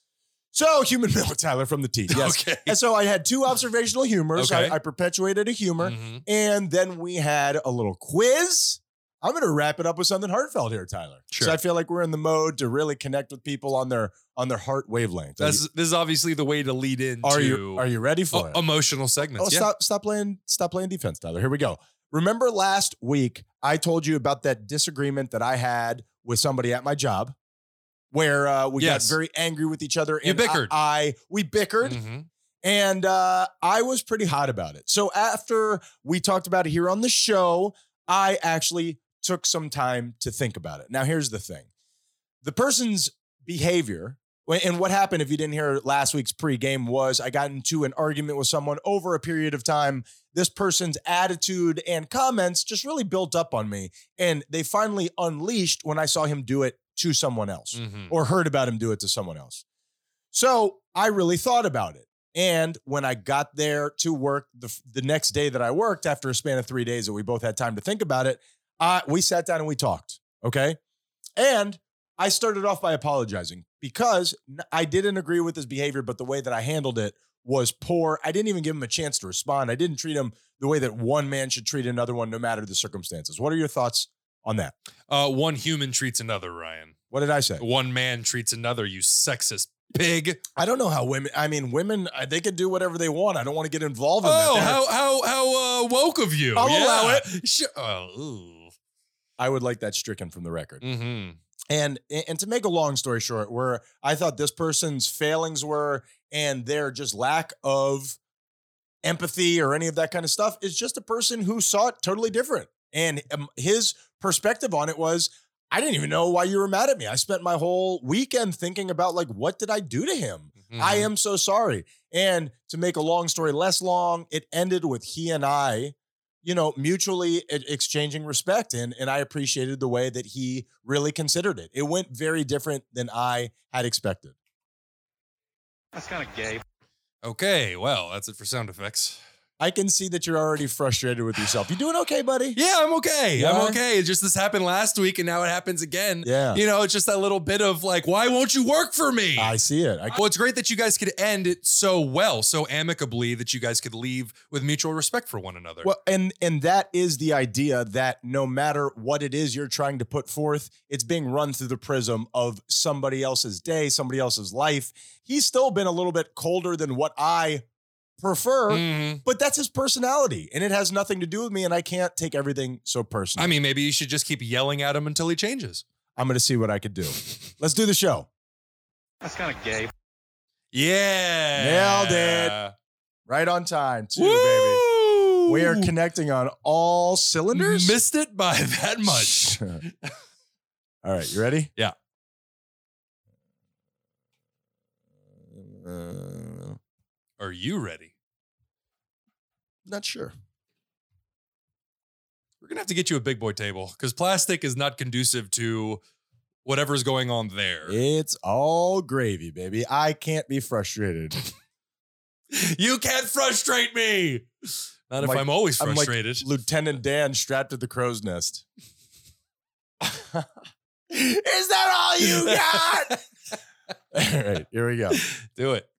Speaker 1: So human milk, Tyler, from the teeth. Yes.
Speaker 2: Okay.
Speaker 1: And so I had two observational humors.
Speaker 2: Okay.
Speaker 1: I, I perpetuated a humor,
Speaker 2: Mhm.
Speaker 1: and then we had a little quiz. I'm going to wrap it up with something heartfelt here, Tyler.
Speaker 2: Sure.
Speaker 1: So I feel like we're in the mode to really connect with people on their on their heart wavelength.
Speaker 2: That's this is obviously the way to lead into
Speaker 1: are you, are you are you ready for
Speaker 2: o-
Speaker 1: it?
Speaker 2: emotional
Speaker 1: Oh,
Speaker 2: segments. yeah.
Speaker 1: stop stop playing stop playing defense, Tyler. Here we go. Remember last week I told you about that disagreement that I had with somebody at my job, where uh, we
Speaker 2: Yes.
Speaker 1: got very angry with each other.
Speaker 2: You
Speaker 1: and I-
Speaker 2: bickered.
Speaker 1: I, we bickered
Speaker 2: Mhm.
Speaker 1: and uh, I was pretty hot about it. So after we talked about it here on the show, I actually took some time to think about it. Now, here's the thing the person's behavior, and what happened if you didn't hear last week's pregame was I got into an argument with someone over a period of time. This person's attitude and comments just really built up on me. And they finally unleashed when I saw him do it to someone else
Speaker 2: Mhm.
Speaker 1: or heard about him do it to someone else. So I really thought about it. And when I got there to work the, f- the next day that I worked, after a span of three days that we both had time to think about it, uh, we sat down and we talked. Okay. And I started off by apologizing because n- I didn't agree with his behavior, but the way that I handled it was poor. I didn't even give him a chance to respond. I didn't treat him the way that one man should treat another one, no matter the circumstances. What are your thoughts on that?
Speaker 2: Uh, one human treats another, Ryan.
Speaker 1: What did I say?
Speaker 2: One man treats another, you sexist pig.
Speaker 1: I don't know how women. I mean, women uh, they can do whatever they want. I don't want to get involved in that.
Speaker 2: Oh,
Speaker 1: They're-
Speaker 2: how how how uh, woke of you.
Speaker 1: I'll
Speaker 2: Yeah.
Speaker 1: allow
Speaker 2: Sure. Oh,
Speaker 1: I would like that stricken from the record.
Speaker 2: mm-hmm.
Speaker 1: And and to make a long story short, where I thought this person's failings were and their just lack of empathy or any of that kind of stuff. It's just a person who saw it totally different. And um, his perspective on it was, I didn't even know why you were mad at me. I spent my whole weekend thinking about like, what did I do to him?
Speaker 2: Mm-hmm.
Speaker 1: I am so sorry. And to make a long story less long, it ended with he and I, you know, mutually e- exchanging respect. And, and I appreciated the way that he really considered it. It went very different than I had expected.
Speaker 2: Okay, well, that's it for sound effects.
Speaker 1: I can see that you're already frustrated with yourself. You doing okay, buddy?
Speaker 2: Yeah, I'm okay.
Speaker 1: Yeah.
Speaker 2: I'm okay. It's just this happened last week and now it happens again.
Speaker 1: Yeah.
Speaker 2: You know, it's just that little bit of like, why won't you work for me?
Speaker 1: I see it. I,
Speaker 2: well, it's great that you guys could end it so well, so amicably that you guys could leave with mutual respect for one another.
Speaker 1: well, and and that is the idea that no matter what it is you're trying to put forth, it's being run through the prism of somebody else's day, somebody else's life. He's still been a little bit colder than what I prefer,
Speaker 2: Mhm.
Speaker 1: but that's his personality, and it has nothing to do with me. And I can't take everything so personally.
Speaker 2: I mean, maybe you should just keep yelling at him until he changes.
Speaker 1: I'm going to see what I could do. Let's do the show.
Speaker 2: Yeah.
Speaker 1: Nailed it. Right on time, too, baby.
Speaker 2: Woo!
Speaker 1: We are connecting on all cylinders.
Speaker 2: Missed it by that much.
Speaker 1: All right, you ready?
Speaker 2: Yeah.
Speaker 1: Uh,
Speaker 2: Are you ready?
Speaker 1: not sure.
Speaker 2: We're gonna have to get you a big boy table because plastic is not conducive to whatever's going on there.
Speaker 1: It's all gravy, baby. I can't be frustrated.
Speaker 2: You can't frustrate me. Not
Speaker 1: I'm
Speaker 2: if
Speaker 1: like-
Speaker 2: I'm always
Speaker 1: I'm like-
Speaker 2: frustrated.
Speaker 1: Lieutenant Dan strapped to the crow's nest. Is that all you got? all right, here we go.
Speaker 2: Do it.